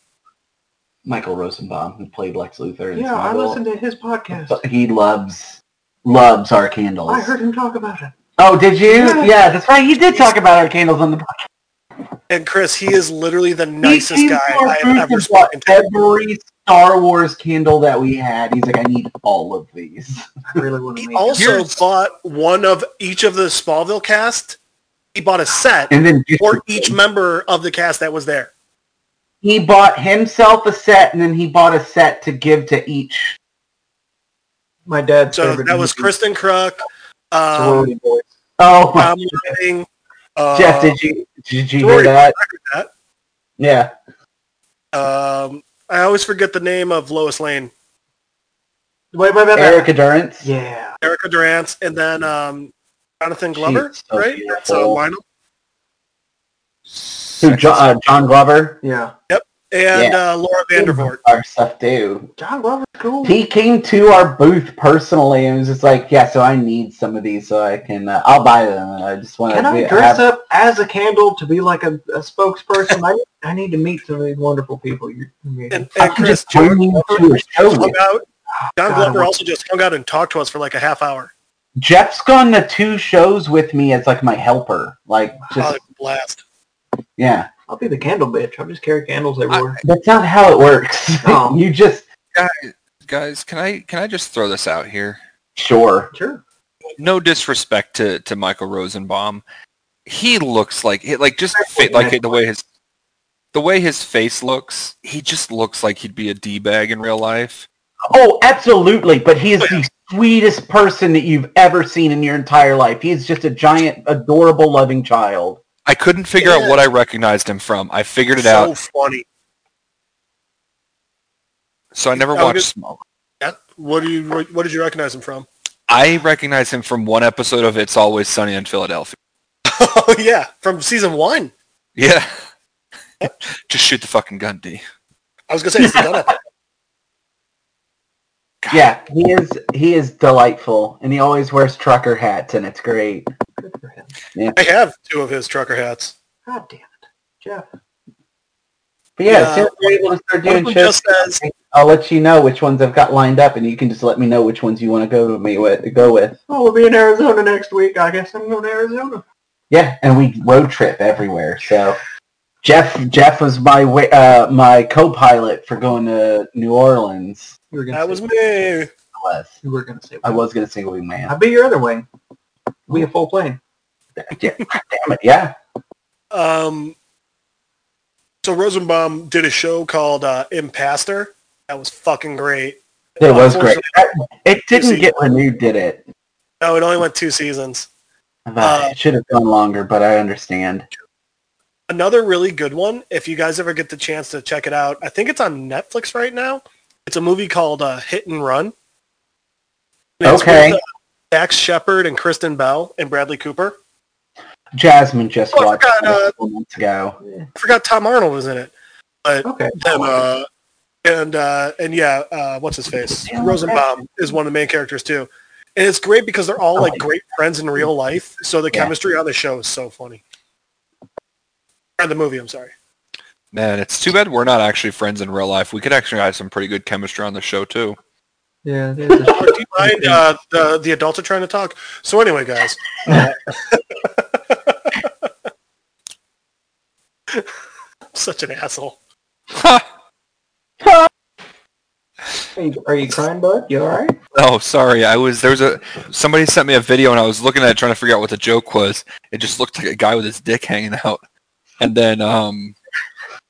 Speaker 4: Michael Rosenbaum, who played Lex Luthor. in
Speaker 5: Yeah, I
Speaker 4: Smallville.
Speaker 5: listened to his podcast.
Speaker 4: But He loves loves our candles.
Speaker 5: I heard him talk about it.
Speaker 4: Oh, did you?
Speaker 5: Yeah.
Speaker 4: Yeah. that's right. You did talk about our candles on the podcast.
Speaker 3: And Chris, he is literally the
Speaker 4: He
Speaker 3: nicest
Speaker 4: came
Speaker 3: guy
Speaker 4: to our
Speaker 3: I have
Speaker 4: booth
Speaker 3: ever
Speaker 4: and bought
Speaker 3: spoken to.
Speaker 4: Every Star Wars candle that we had, he's like, I need all of these.
Speaker 5: I really want to
Speaker 3: He
Speaker 5: meet him.
Speaker 3: also
Speaker 2: Here's-
Speaker 3: bought one of each of the Smallville cast. He bought a set
Speaker 4: And then
Speaker 3: for each member of the cast that was there.
Speaker 4: he bought himself a set, and then he bought a set to give to each.
Speaker 5: My dad's
Speaker 3: So
Speaker 5: favorite
Speaker 3: that was
Speaker 5: movie,
Speaker 3: Kristen Kruk, um,
Speaker 5: Sorority Boys.
Speaker 4: Oh, my-
Speaker 3: Tom Lanning, uh,
Speaker 4: Jeff, did you did you hear
Speaker 3: Dory-
Speaker 4: that?
Speaker 3: that.
Speaker 4: Yeah,
Speaker 3: Um, I always forget the name of Lois Lane,
Speaker 5: Wait, wait, wait, wait.
Speaker 4: Erica Durance.
Speaker 5: Yeah.
Speaker 3: Erica Durance, and then um, Jonathan Glover,
Speaker 4: She's so
Speaker 3: right? That's uh,
Speaker 4: beautiful.
Speaker 3: Lionel.
Speaker 4: Who, John, uh, John Glover.
Speaker 5: Yeah.
Speaker 3: And uh, Laura Vandervoort.
Speaker 4: Our stuff too.
Speaker 5: John Glover's cool.
Speaker 4: he came to our booth personally and was just like, "Yeah, so I need some of these so I can. Uh, I'll buy them. I just want
Speaker 5: Can I dress up as a candle to be like a, a spokesperson? I, I need to meet some of these wonderful people you're meeting.
Speaker 3: And, and Chris Jordan
Speaker 4: to a show
Speaker 3: hung
Speaker 4: with.
Speaker 3: out. John
Speaker 5: God,
Speaker 3: Glover
Speaker 5: I'm-
Speaker 3: also just hung out and talked to us for like a half hour.
Speaker 4: Jeff's gone to two shows with me as like my helper. Like
Speaker 3: Oh,
Speaker 4: just
Speaker 3: blast.
Speaker 4: yeah,
Speaker 5: I'll be the candle bitch. I'll just carry candles everywhere.
Speaker 4: that's not how it works.
Speaker 5: No.
Speaker 4: you just
Speaker 2: guys, guys, can I can I just throw this out here?
Speaker 4: sure.
Speaker 5: sure.
Speaker 2: No disrespect to to Michael Rosenbaum, he looks like he- like just fa- like the way his the way his face looks. He just looks like he'd be a d bag in real life.
Speaker 4: Oh, absolutely. But he is the sweetest person that you've ever seen in your entire life. He is just a giant, adorable, loving child.
Speaker 2: I couldn't figure
Speaker 3: Yeah.
Speaker 2: out what I recognized him from. I figured it
Speaker 3: so
Speaker 2: out,
Speaker 3: funny.
Speaker 2: so I never
Speaker 3: Oh,
Speaker 2: watched
Speaker 3: good.
Speaker 2: Small.
Speaker 3: Yeah. What do you what did you recognize him from?
Speaker 2: I recognize him from one episode of It's Always Sunny in Philadelphia.
Speaker 3: oh yeah, from season one.
Speaker 2: Yeah. Just shoot the fucking gun, D.
Speaker 3: I was gonna say it's the gun
Speaker 4: Yeah, he is. He is delightful, and he always wears trucker hats, and it's great.
Speaker 5: Good for him.
Speaker 3: I have two of his trucker hats.
Speaker 5: God damn it. Jeff.
Speaker 4: But yeah,
Speaker 3: Yeah.
Speaker 4: as soon as we're able to start
Speaker 3: One of
Speaker 4: doing
Speaker 3: them
Speaker 4: shows,
Speaker 3: just says
Speaker 4: I'll let you know which ones I've got lined up, and you can just let me know which ones you want to go to me with. Go with.
Speaker 5: Oh, we'll be in Arizona next week. I guess I'm going to Arizona.
Speaker 4: Yeah, and we road trip everywhere. So Jeff, Jeff was my wa- uh, my co-pilot for going to New Orleans.
Speaker 5: You were
Speaker 3: that
Speaker 5: going to
Speaker 3: was
Speaker 5: say.
Speaker 3: me.
Speaker 4: I was.
Speaker 5: You were going to say.
Speaker 4: I was gonna say wingman.
Speaker 5: I'll be your other wing. We a full plane.
Speaker 4: Yeah, damn it, yeah.
Speaker 3: Um, so Rosenbaum did a show called uh, Impastor. That was fucking great.
Speaker 4: It was great. It
Speaker 3: You see-
Speaker 4: didn't get renewed, did it?
Speaker 3: No, Oh, it only went two seasons. Uh,
Speaker 4: it should have gone longer, but I understand.
Speaker 3: Another really good one, if you guys ever get the chance to check it out, I think it's on Netflix right now. It's a movie called uh, Hit and Run. And it's
Speaker 4: Okay.
Speaker 3: with, uh, Dax Shepard and Kristen Bell and Bradley Cooper.
Speaker 4: Jasmine just
Speaker 3: Oh, I
Speaker 4: watched
Speaker 3: forgot,
Speaker 4: it a
Speaker 3: uh,
Speaker 4: couple months ago.
Speaker 3: I forgot Tom Arnold was in it.
Speaker 5: Okay.
Speaker 3: And uh, and uh, and yeah, uh, what's his face? Rosenbaum is one of the main characters too, and it's great because they're all like great friends in real life. So the
Speaker 4: Yeah.
Speaker 3: chemistry on the show is so funny. Or the movie, I'm sorry.
Speaker 2: Man, it's too bad we're not actually friends in real life. We could actually have some pretty good chemistry on the show too.
Speaker 5: Yeah. there's a-
Speaker 3: Do you mind? Uh, the the adults are trying to talk. So anyway, guys, uh, such an asshole.
Speaker 5: Are you- Are you crying, bud? You all right?
Speaker 2: Oh, sorry. I was there was a somebody sent me a video and I was looking at it trying to figure out what the joke was. It just looked like a guy with his dick hanging out. And then um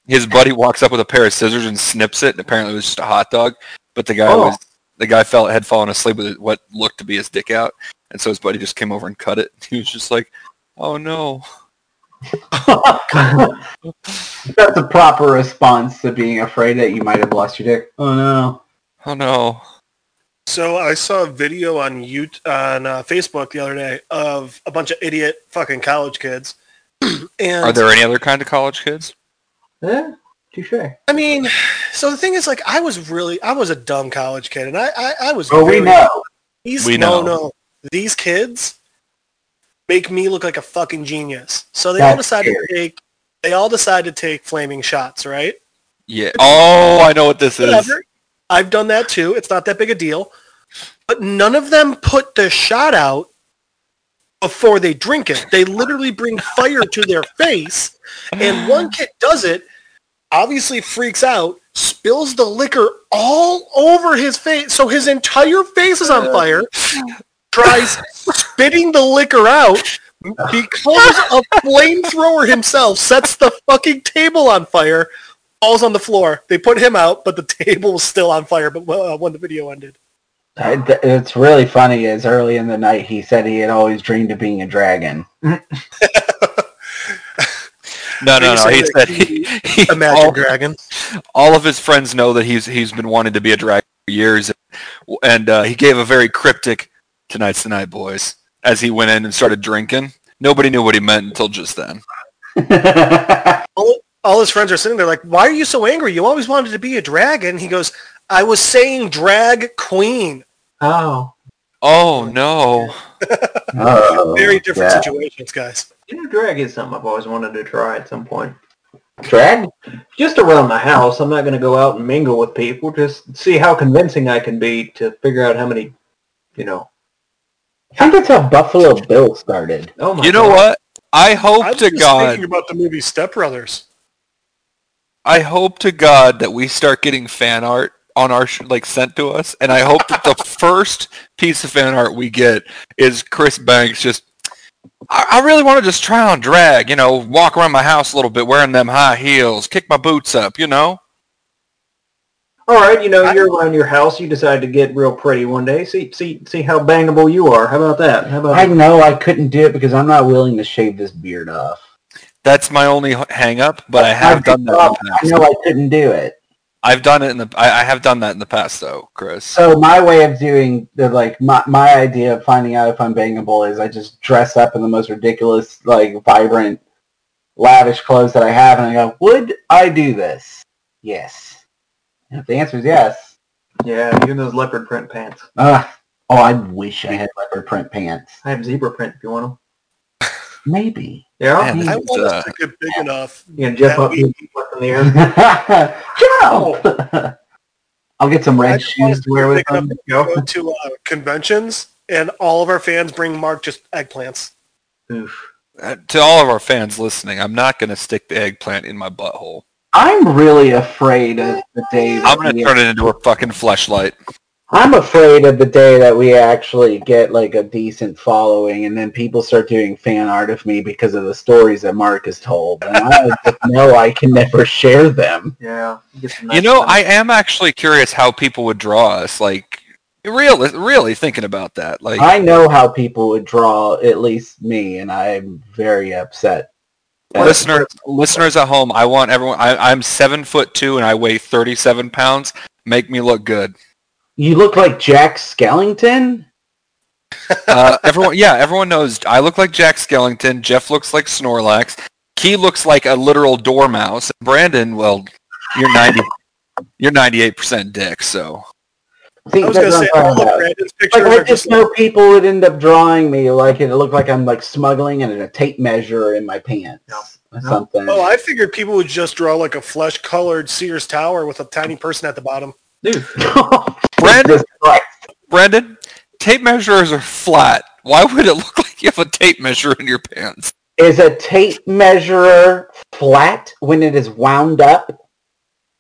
Speaker 2: his buddy walks up with a pair of scissors and snips it and apparently it was just a hot dog, but the guy
Speaker 5: Oh.
Speaker 2: was the guy fell had fallen asleep with what looked to be his dick out. And so his buddy just came over and cut it. He was just like, "Oh no."
Speaker 4: That's a proper response to being afraid that you might have lost your dick. Oh no.
Speaker 2: Oh no.
Speaker 3: So I saw a video on you on uh, Facebook the other day of a bunch of idiot fucking college kids. and
Speaker 2: Are there any other kind of college kids?
Speaker 5: Yeah. Touche.
Speaker 3: I mean, so the thing is, like, I was really, I was a dumb college kid, and I, I, I was.
Speaker 4: Well, we
Speaker 3: very-
Speaker 4: know.
Speaker 3: These,
Speaker 2: We
Speaker 3: no,
Speaker 2: know.
Speaker 3: no, these kids make me look like a fucking genius. So they all
Speaker 4: That's
Speaker 3: decide to take, they all decide to take flaming shots, right?
Speaker 2: Yeah. Oh, I know what this is.
Speaker 3: Whatever. I've done that too. It's not that big a deal. But none of them put the shot out before they drink it. They literally bring fire to their face, and one kid does it, obviously freaks out, spills the liquor all over his face, so his entire face is on fire, tries spitting the liquor out, becomes a flamethrower himself, sets the fucking table on fire, falls on the floor. They put him out, but the table was still on fire. But uh, when the video ended,
Speaker 4: I- th- It's really funny. As early in the night, he said he had always dreamed of being a dragon.
Speaker 2: No, no,
Speaker 3: They
Speaker 2: no.
Speaker 3: say
Speaker 2: He said
Speaker 3: that
Speaker 2: he, he-
Speaker 3: Imagine
Speaker 2: all,
Speaker 3: Dragon.
Speaker 2: all of his friends know that he's he's been wanting to be a dragon for years, and uh, he gave a very cryptic "Tonight's the night, boys" as he went in and started drinking. Nobody knew what he meant until just then.
Speaker 3: All, all his friends are sitting there like, "Why are you so angry? You always wanted to be a dragon." He goes, "I was saying drag queen."
Speaker 5: Oh.
Speaker 2: Oh no!
Speaker 4: Oh,
Speaker 3: Very different
Speaker 4: yeah.
Speaker 3: situations, guys.
Speaker 5: You know, drag is something I've always wanted to try at some point.
Speaker 4: Drag?
Speaker 5: Just around the house, I'm not going to go out and mingle with people. Just see how convincing I can be to figure out how many, you know.
Speaker 4: I think that's how Buffalo Bill started.
Speaker 5: Oh my!
Speaker 2: You know
Speaker 5: God.
Speaker 2: what? I hope
Speaker 3: I was
Speaker 2: to
Speaker 3: just
Speaker 2: God.
Speaker 3: thinking about the movie Step Brothers.
Speaker 2: I hope to God that we start getting fan art on our sh- like sent to us, and I hope that the first piece of fan art we get is Chris Banks just. I, I really want to just try on drag, you know, walk around my house a little bit wearing them high heels, kick my boots up, you know.
Speaker 5: All right, you know,
Speaker 3: I-
Speaker 5: you're around your house. You decide to get real pretty one day. See, see, see how bangable you are. How about that? How about
Speaker 4: I know I couldn't do it because I'm not willing to shave this beard off.
Speaker 2: That's my only h- hang up, but I
Speaker 4: I've
Speaker 2: have done that in
Speaker 4: thought-
Speaker 2: the
Speaker 4: I
Speaker 2: past.
Speaker 4: know I couldn't do it.
Speaker 2: I've done it in the I, I have done that in the past though, Chris.
Speaker 4: So my way of doing the like my my idea of finding out if I'm bangable is I just dress up in the most ridiculous, like vibrant, lavish clothes that I have, and I go, "Would I do this?" Yes. And if the answer is yes,
Speaker 5: yeah, you're in those leopard print pants.
Speaker 4: uh, oh, I wish I had leopard print pants.
Speaker 5: I have zebra print if you want them.
Speaker 4: Maybe.
Speaker 5: Yeah,
Speaker 2: Man,
Speaker 3: I
Speaker 2: this is,
Speaker 3: want
Speaker 2: uh,
Speaker 3: us to get big enough.
Speaker 5: you can jump
Speaker 3: That
Speaker 5: up
Speaker 3: we-
Speaker 5: in the air.
Speaker 4: Joe! I'll get some
Speaker 3: Oh. I
Speaker 4: red
Speaker 3: just want us
Speaker 4: shoes
Speaker 3: to
Speaker 4: to wear
Speaker 3: get
Speaker 4: with
Speaker 3: big
Speaker 5: Um,
Speaker 3: enough
Speaker 4: them.
Speaker 3: to go to uh, conventions, and all of our fans bring Mark just eggplants.
Speaker 5: Oof.
Speaker 2: uh, to all of our fans listening, I'm not going to stick the eggplant in my butthole.
Speaker 4: I'm really afraid of the day. that
Speaker 2: I'm going to
Speaker 4: we-
Speaker 2: turn it into a fucking fleshlight.
Speaker 4: I'm afraid of the day that we actually get like a decent following, and then people start doing fan art of me because of the stories that Mark has told, and I just know I can never share them.
Speaker 5: Yeah. get some
Speaker 2: You
Speaker 5: nice
Speaker 2: know,
Speaker 5: stuff.
Speaker 2: I am actually curious how people would draw us. Like, real, really thinking about that. Like,
Speaker 4: I know how people would draw at least me, and I'm very upset. at-
Speaker 2: listeners, listeners at home, I want everyone. I, I'm seven foot two and I weigh thirty-seven pounds. Make me look good.
Speaker 4: You look like Jack Skellington.
Speaker 2: Uh, everyone, yeah, everyone knows I look like Jack Skellington. Jeff looks like Snorlax. Key looks like a literal dormouse. Brandon, well, you're ninety. You're ninety-eight percent dick. So
Speaker 4: See,
Speaker 3: I was
Speaker 4: that's
Speaker 3: going to
Speaker 4: what
Speaker 3: say,
Speaker 4: I'm
Speaker 3: all
Speaker 4: talking
Speaker 3: of
Speaker 4: about.
Speaker 3: Brandon's
Speaker 4: Like,
Speaker 3: pictures
Speaker 4: I
Speaker 3: are
Speaker 4: just
Speaker 3: just
Speaker 4: know people would end up drawing me like it looked like I'm like smuggling in a tape measure in my pants or
Speaker 5: No.
Speaker 4: something.
Speaker 3: Oh, I figured people would just draw like a flesh-colored Sears Tower with a tiny person at the bottom.
Speaker 5: Dude,
Speaker 2: Brandon,
Speaker 4: Jesus Christ.
Speaker 2: Brandon, tape measures are flat. Why would it look like you have a tape measure in your pants?
Speaker 4: Is a tape measurer flat when it is wound up?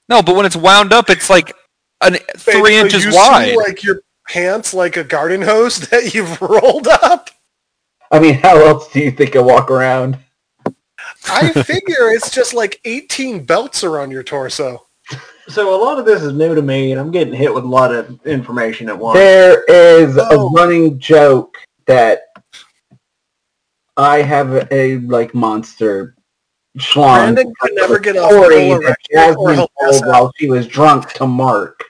Speaker 2: No, but when it's wound up, it's like an three
Speaker 3: So
Speaker 2: inches
Speaker 3: you
Speaker 2: wide.
Speaker 3: See, like your pants, like a garden hose that you've rolled up.
Speaker 4: I mean, how else do you think I walk around?
Speaker 3: I figure it's just like 18 belts around your torso.
Speaker 5: so a lot of this is new to me, and I'm getting hit with a lot of information at once.
Speaker 4: There is
Speaker 3: Oh.
Speaker 4: a running joke that I have a like monster schlong.
Speaker 3: Brandon could never get a full
Speaker 4: story that
Speaker 3: erection, or
Speaker 4: Jasmine
Speaker 3: he'll pass
Speaker 4: told
Speaker 3: out.
Speaker 4: while she was drunk to Mark.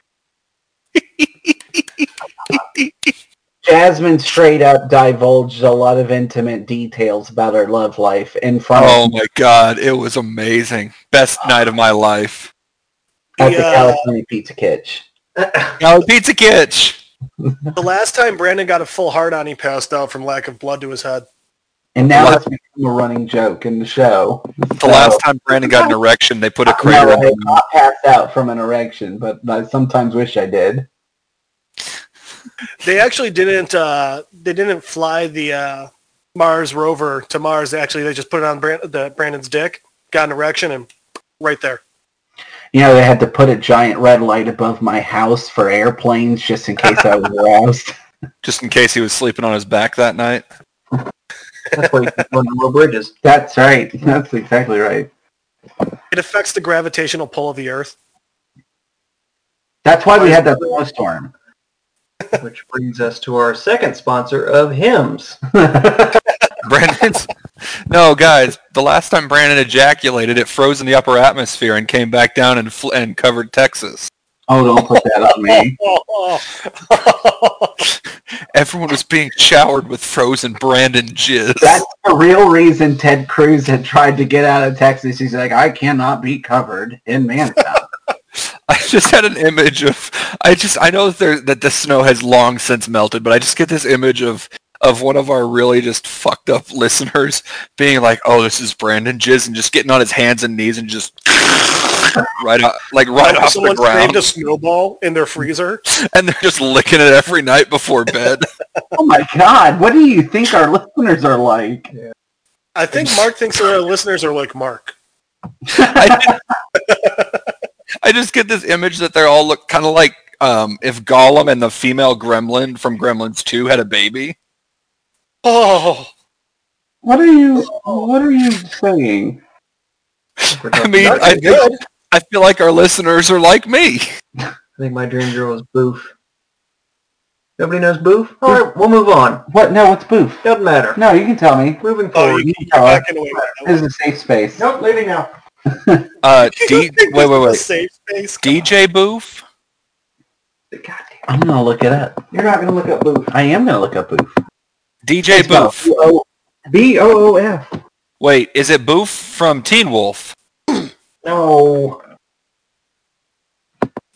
Speaker 4: Jasmine straight up divulged a lot of intimate details about her love life in front of
Speaker 2: Oh my god, it was amazing. Best night of my life.
Speaker 4: at the
Speaker 3: Yeah.
Speaker 4: California Pizza Kitch.
Speaker 2: Now pizza kitch.
Speaker 3: The last time Brandon got a full heart on, he passed out from lack of blood to his head.
Speaker 4: And now
Speaker 2: What?
Speaker 4: it's become a running joke in the show.
Speaker 2: The last time Brandon got an erection, they put a
Speaker 4: No,
Speaker 2: crater in
Speaker 4: I
Speaker 2: the moon.
Speaker 4: not passed out from an erection, but I sometimes wish I did.
Speaker 3: They actually didn't. Uh, they didn't fly the uh, Mars rover to Mars. Actually, they just put it on Brand- the Brandon's dick, got an erection, and right there.
Speaker 4: You know, they had to put a giant red light above my house for airplanes just in case I was aroused.
Speaker 2: Just in case he was sleeping on his back that night.
Speaker 5: That's why you keep running over bridges.
Speaker 4: That's right. That's exactly right.
Speaker 3: It affects the gravitational pull of the Earth.
Speaker 4: That's why we had that snowstorm.
Speaker 5: Which brings us to our second sponsor of hymns.
Speaker 2: Brandon's No, guys, the last time Brandon ejaculated, it froze in the upper atmosphere and came back down and fl- and covered Texas.
Speaker 4: Oh, don't put that on me.
Speaker 3: Oh,
Speaker 2: Everyone was being showered with frozen Brandon jizz.
Speaker 4: That's the real reason Ted Cruz had tried to get out of Texas. He's like, I cannot be covered in Mantown.
Speaker 2: I just had an image of I just I know that there that the snow has long since melted, but I just get this image of of one of our really just fucked up listeners being like, "Oh, this is Brandon Jizz," and just getting on his hands and knees and just right out like right off the
Speaker 3: Someone
Speaker 2: ground,
Speaker 3: saved a snowball in their freezer.
Speaker 2: and they're just licking it every night before bed.
Speaker 4: oh my God, what do you think our listeners are like?
Speaker 3: I think Mark thinks that our listeners are like Mark.
Speaker 2: I, I just get this image that they are all look kind of like um, if Gollum and the female gremlin from Gremlins Two had a baby.
Speaker 3: Oh,
Speaker 4: What are you? What are you saying?
Speaker 2: I mean, I think, I feel like our listeners are like me.
Speaker 5: I think my dream girl is Boof. Nobody knows Boof? All right, we'll move on.
Speaker 4: What? No, it's Boof.
Speaker 5: Doesn't matter.
Speaker 4: No, you can tell me.
Speaker 5: Moving
Speaker 3: oh,
Speaker 5: forward.
Speaker 3: you,
Speaker 4: can
Speaker 3: you're
Speaker 4: tell us.
Speaker 3: backing away.
Speaker 4: This is a safe space.
Speaker 5: nope, leaving now.
Speaker 2: Uh,
Speaker 3: You
Speaker 2: D-
Speaker 3: think
Speaker 2: wait,
Speaker 3: this
Speaker 2: wait,
Speaker 3: is a
Speaker 2: wait.
Speaker 3: Safe space.
Speaker 2: DJ Booth?
Speaker 5: God,
Speaker 4: I'm gonna look it up.
Speaker 5: you're not going to look up Boof.
Speaker 4: I am gonna look up Boof.
Speaker 2: DJ Booth.
Speaker 5: B-O-O-F.
Speaker 2: Wait, is it Booth from Teen Wolf?
Speaker 5: No.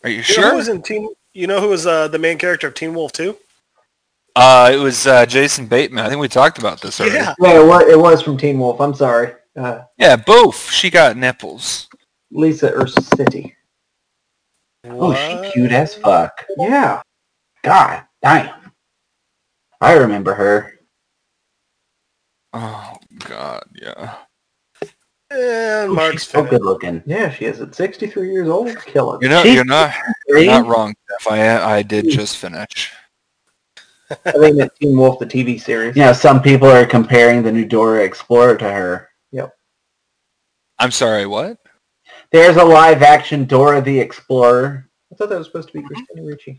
Speaker 2: Are
Speaker 3: You
Speaker 2: you
Speaker 3: know who
Speaker 2: sure?
Speaker 3: was in Teen? You know who was uh, the main character of Teen Wolf Two?
Speaker 2: Uh, it was uh, Jason Bateman. I think we talked about this already.
Speaker 3: Yeah.
Speaker 5: Yeah, it was, it was from Teen Wolf. I'm sorry. Uh,
Speaker 2: Yeah, Booth. She got nipples.
Speaker 5: Lisa Ursitti.
Speaker 4: Oh, she cute as fuck.
Speaker 5: Yeah.
Speaker 4: God damn. I remember her.
Speaker 2: Oh, God, yeah.
Speaker 3: And
Speaker 4: Oh,
Speaker 3: Mark's
Speaker 4: She's so
Speaker 3: finished.
Speaker 4: good looking.
Speaker 5: Yeah, she is at 63 years old. Killing.
Speaker 2: You're not,
Speaker 4: She-
Speaker 2: you're not, you're not wrong, Jeff. I, I
Speaker 3: Hmm.
Speaker 2: did just finish.
Speaker 5: I think that Teen Wolf, the TV series.
Speaker 4: You know, some people are comparing the new Dora Explorer to her.
Speaker 2: I'm sorry, what?
Speaker 4: There's a live-action Dora the Explorer.
Speaker 5: I thought that was supposed to be Christina Ricci.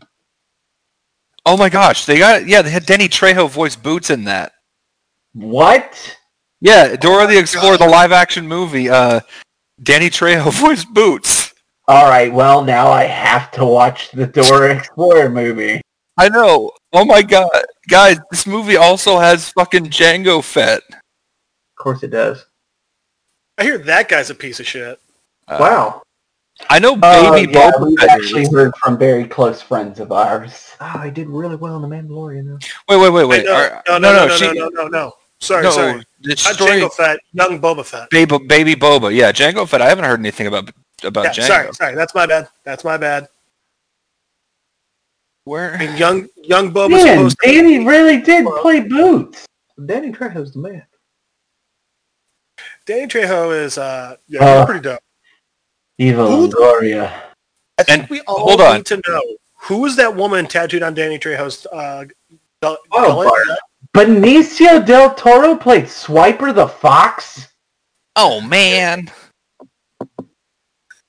Speaker 2: Oh, my gosh. They got, yeah, they had Danny Trejo voice Boots in that.
Speaker 4: What?
Speaker 2: Yeah,
Speaker 3: Oh
Speaker 2: Dora the Explorer, the live-action movie. Uh, Danny Trejo voice Boots.
Speaker 4: All right. Well, now I have to watch the Dora Explorer movie.
Speaker 2: I know. Oh my god, guys! This movie also has fucking Django Fett.
Speaker 5: Of course it does.
Speaker 3: I hear that guy's a piece of shit.
Speaker 2: Uh,
Speaker 5: Wow.
Speaker 2: I know,
Speaker 4: Oh,
Speaker 2: baby
Speaker 4: yeah,
Speaker 2: Boba
Speaker 4: we've
Speaker 2: Fett.
Speaker 4: actually heard from very close friends of ours.
Speaker 5: Oh, he did really well in The Mandalorian, though.
Speaker 2: Wait, wait, wait,
Speaker 3: Wait,
Speaker 2: wait.
Speaker 3: no,
Speaker 2: Are-
Speaker 3: no, no, no, no,
Speaker 2: she-
Speaker 3: no, no, no, no. Sorry,
Speaker 2: no,
Speaker 3: sorry.
Speaker 2: the
Speaker 3: Not
Speaker 2: story-
Speaker 3: Django Fett, young Boba Fett.
Speaker 2: baby, baby Boba. Yeah, Django Fett. I haven't heard anything about about
Speaker 3: Yeah,
Speaker 2: Django.
Speaker 3: sorry, sorry. That's my bad. That's my bad. I
Speaker 2: Where?
Speaker 3: mean, young, young Boba's
Speaker 4: Man,
Speaker 3: supposed to.
Speaker 4: Danny really did
Speaker 5: Well-
Speaker 4: play Boots.
Speaker 5: Danny Trejo's the man.
Speaker 3: Danny Trejo is, uh, yeah,
Speaker 4: Uh,
Speaker 3: pretty dope.
Speaker 4: Eva
Speaker 3: Who the-
Speaker 4: Longoria.
Speaker 3: I think
Speaker 2: and
Speaker 3: we all
Speaker 2: hold on.
Speaker 3: need to know who is that woman tattooed on Danny Trejo's uh, gu-
Speaker 5: Oh,
Speaker 3: gullet?
Speaker 4: Benicio del Toro played Swiper the Fox.
Speaker 2: Oh man.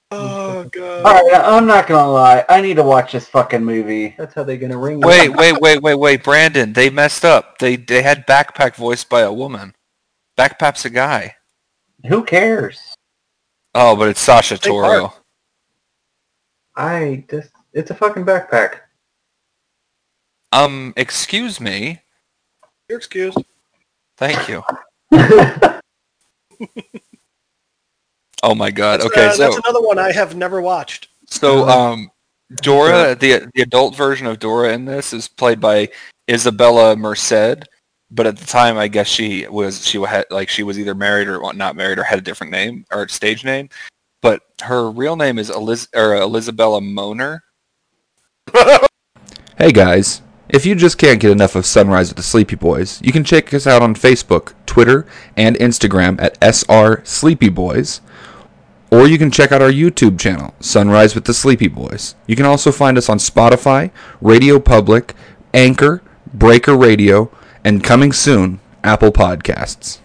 Speaker 3: Oh god.
Speaker 4: All right, I'm not gonna lie. I need to watch this fucking movie.
Speaker 5: That's how they're going to ring
Speaker 2: Wait, wait, wait, wait, wait, Brandon. They messed up. They they had backpack voiced by a woman. Backpack's a guy.
Speaker 4: Who cares?
Speaker 2: Oh, but it's Sasha
Speaker 3: Hey, Bart.
Speaker 2: Toro.
Speaker 5: I just, it's a fucking backpack.
Speaker 2: Um, excuse me.
Speaker 3: You're excused.
Speaker 2: Thank you. oh my god.
Speaker 3: That's,
Speaker 2: Okay,
Speaker 3: uh,
Speaker 2: so
Speaker 3: that's another one I have never watched.
Speaker 2: so um, Dora, the the adult version of Dora in this is played by Isabella Merced, but at the time I guess she was she had like she was either married or not married or had a different name or stage name, but her real name is Eliz- or Elizabella Moner.
Speaker 8: Hey guys, if you just can't get enough of Sunrise with the Sleepy Boys, you can check us out on Facebook, Twitter, and Instagram at SR Sleepy Boys, or you can check out our YouTube channel, Sunrise with the Sleepy Boys. You can also find us on Spotify, Radio Public, Anchor, Breaker Radio, and coming soon, Apple Podcasts.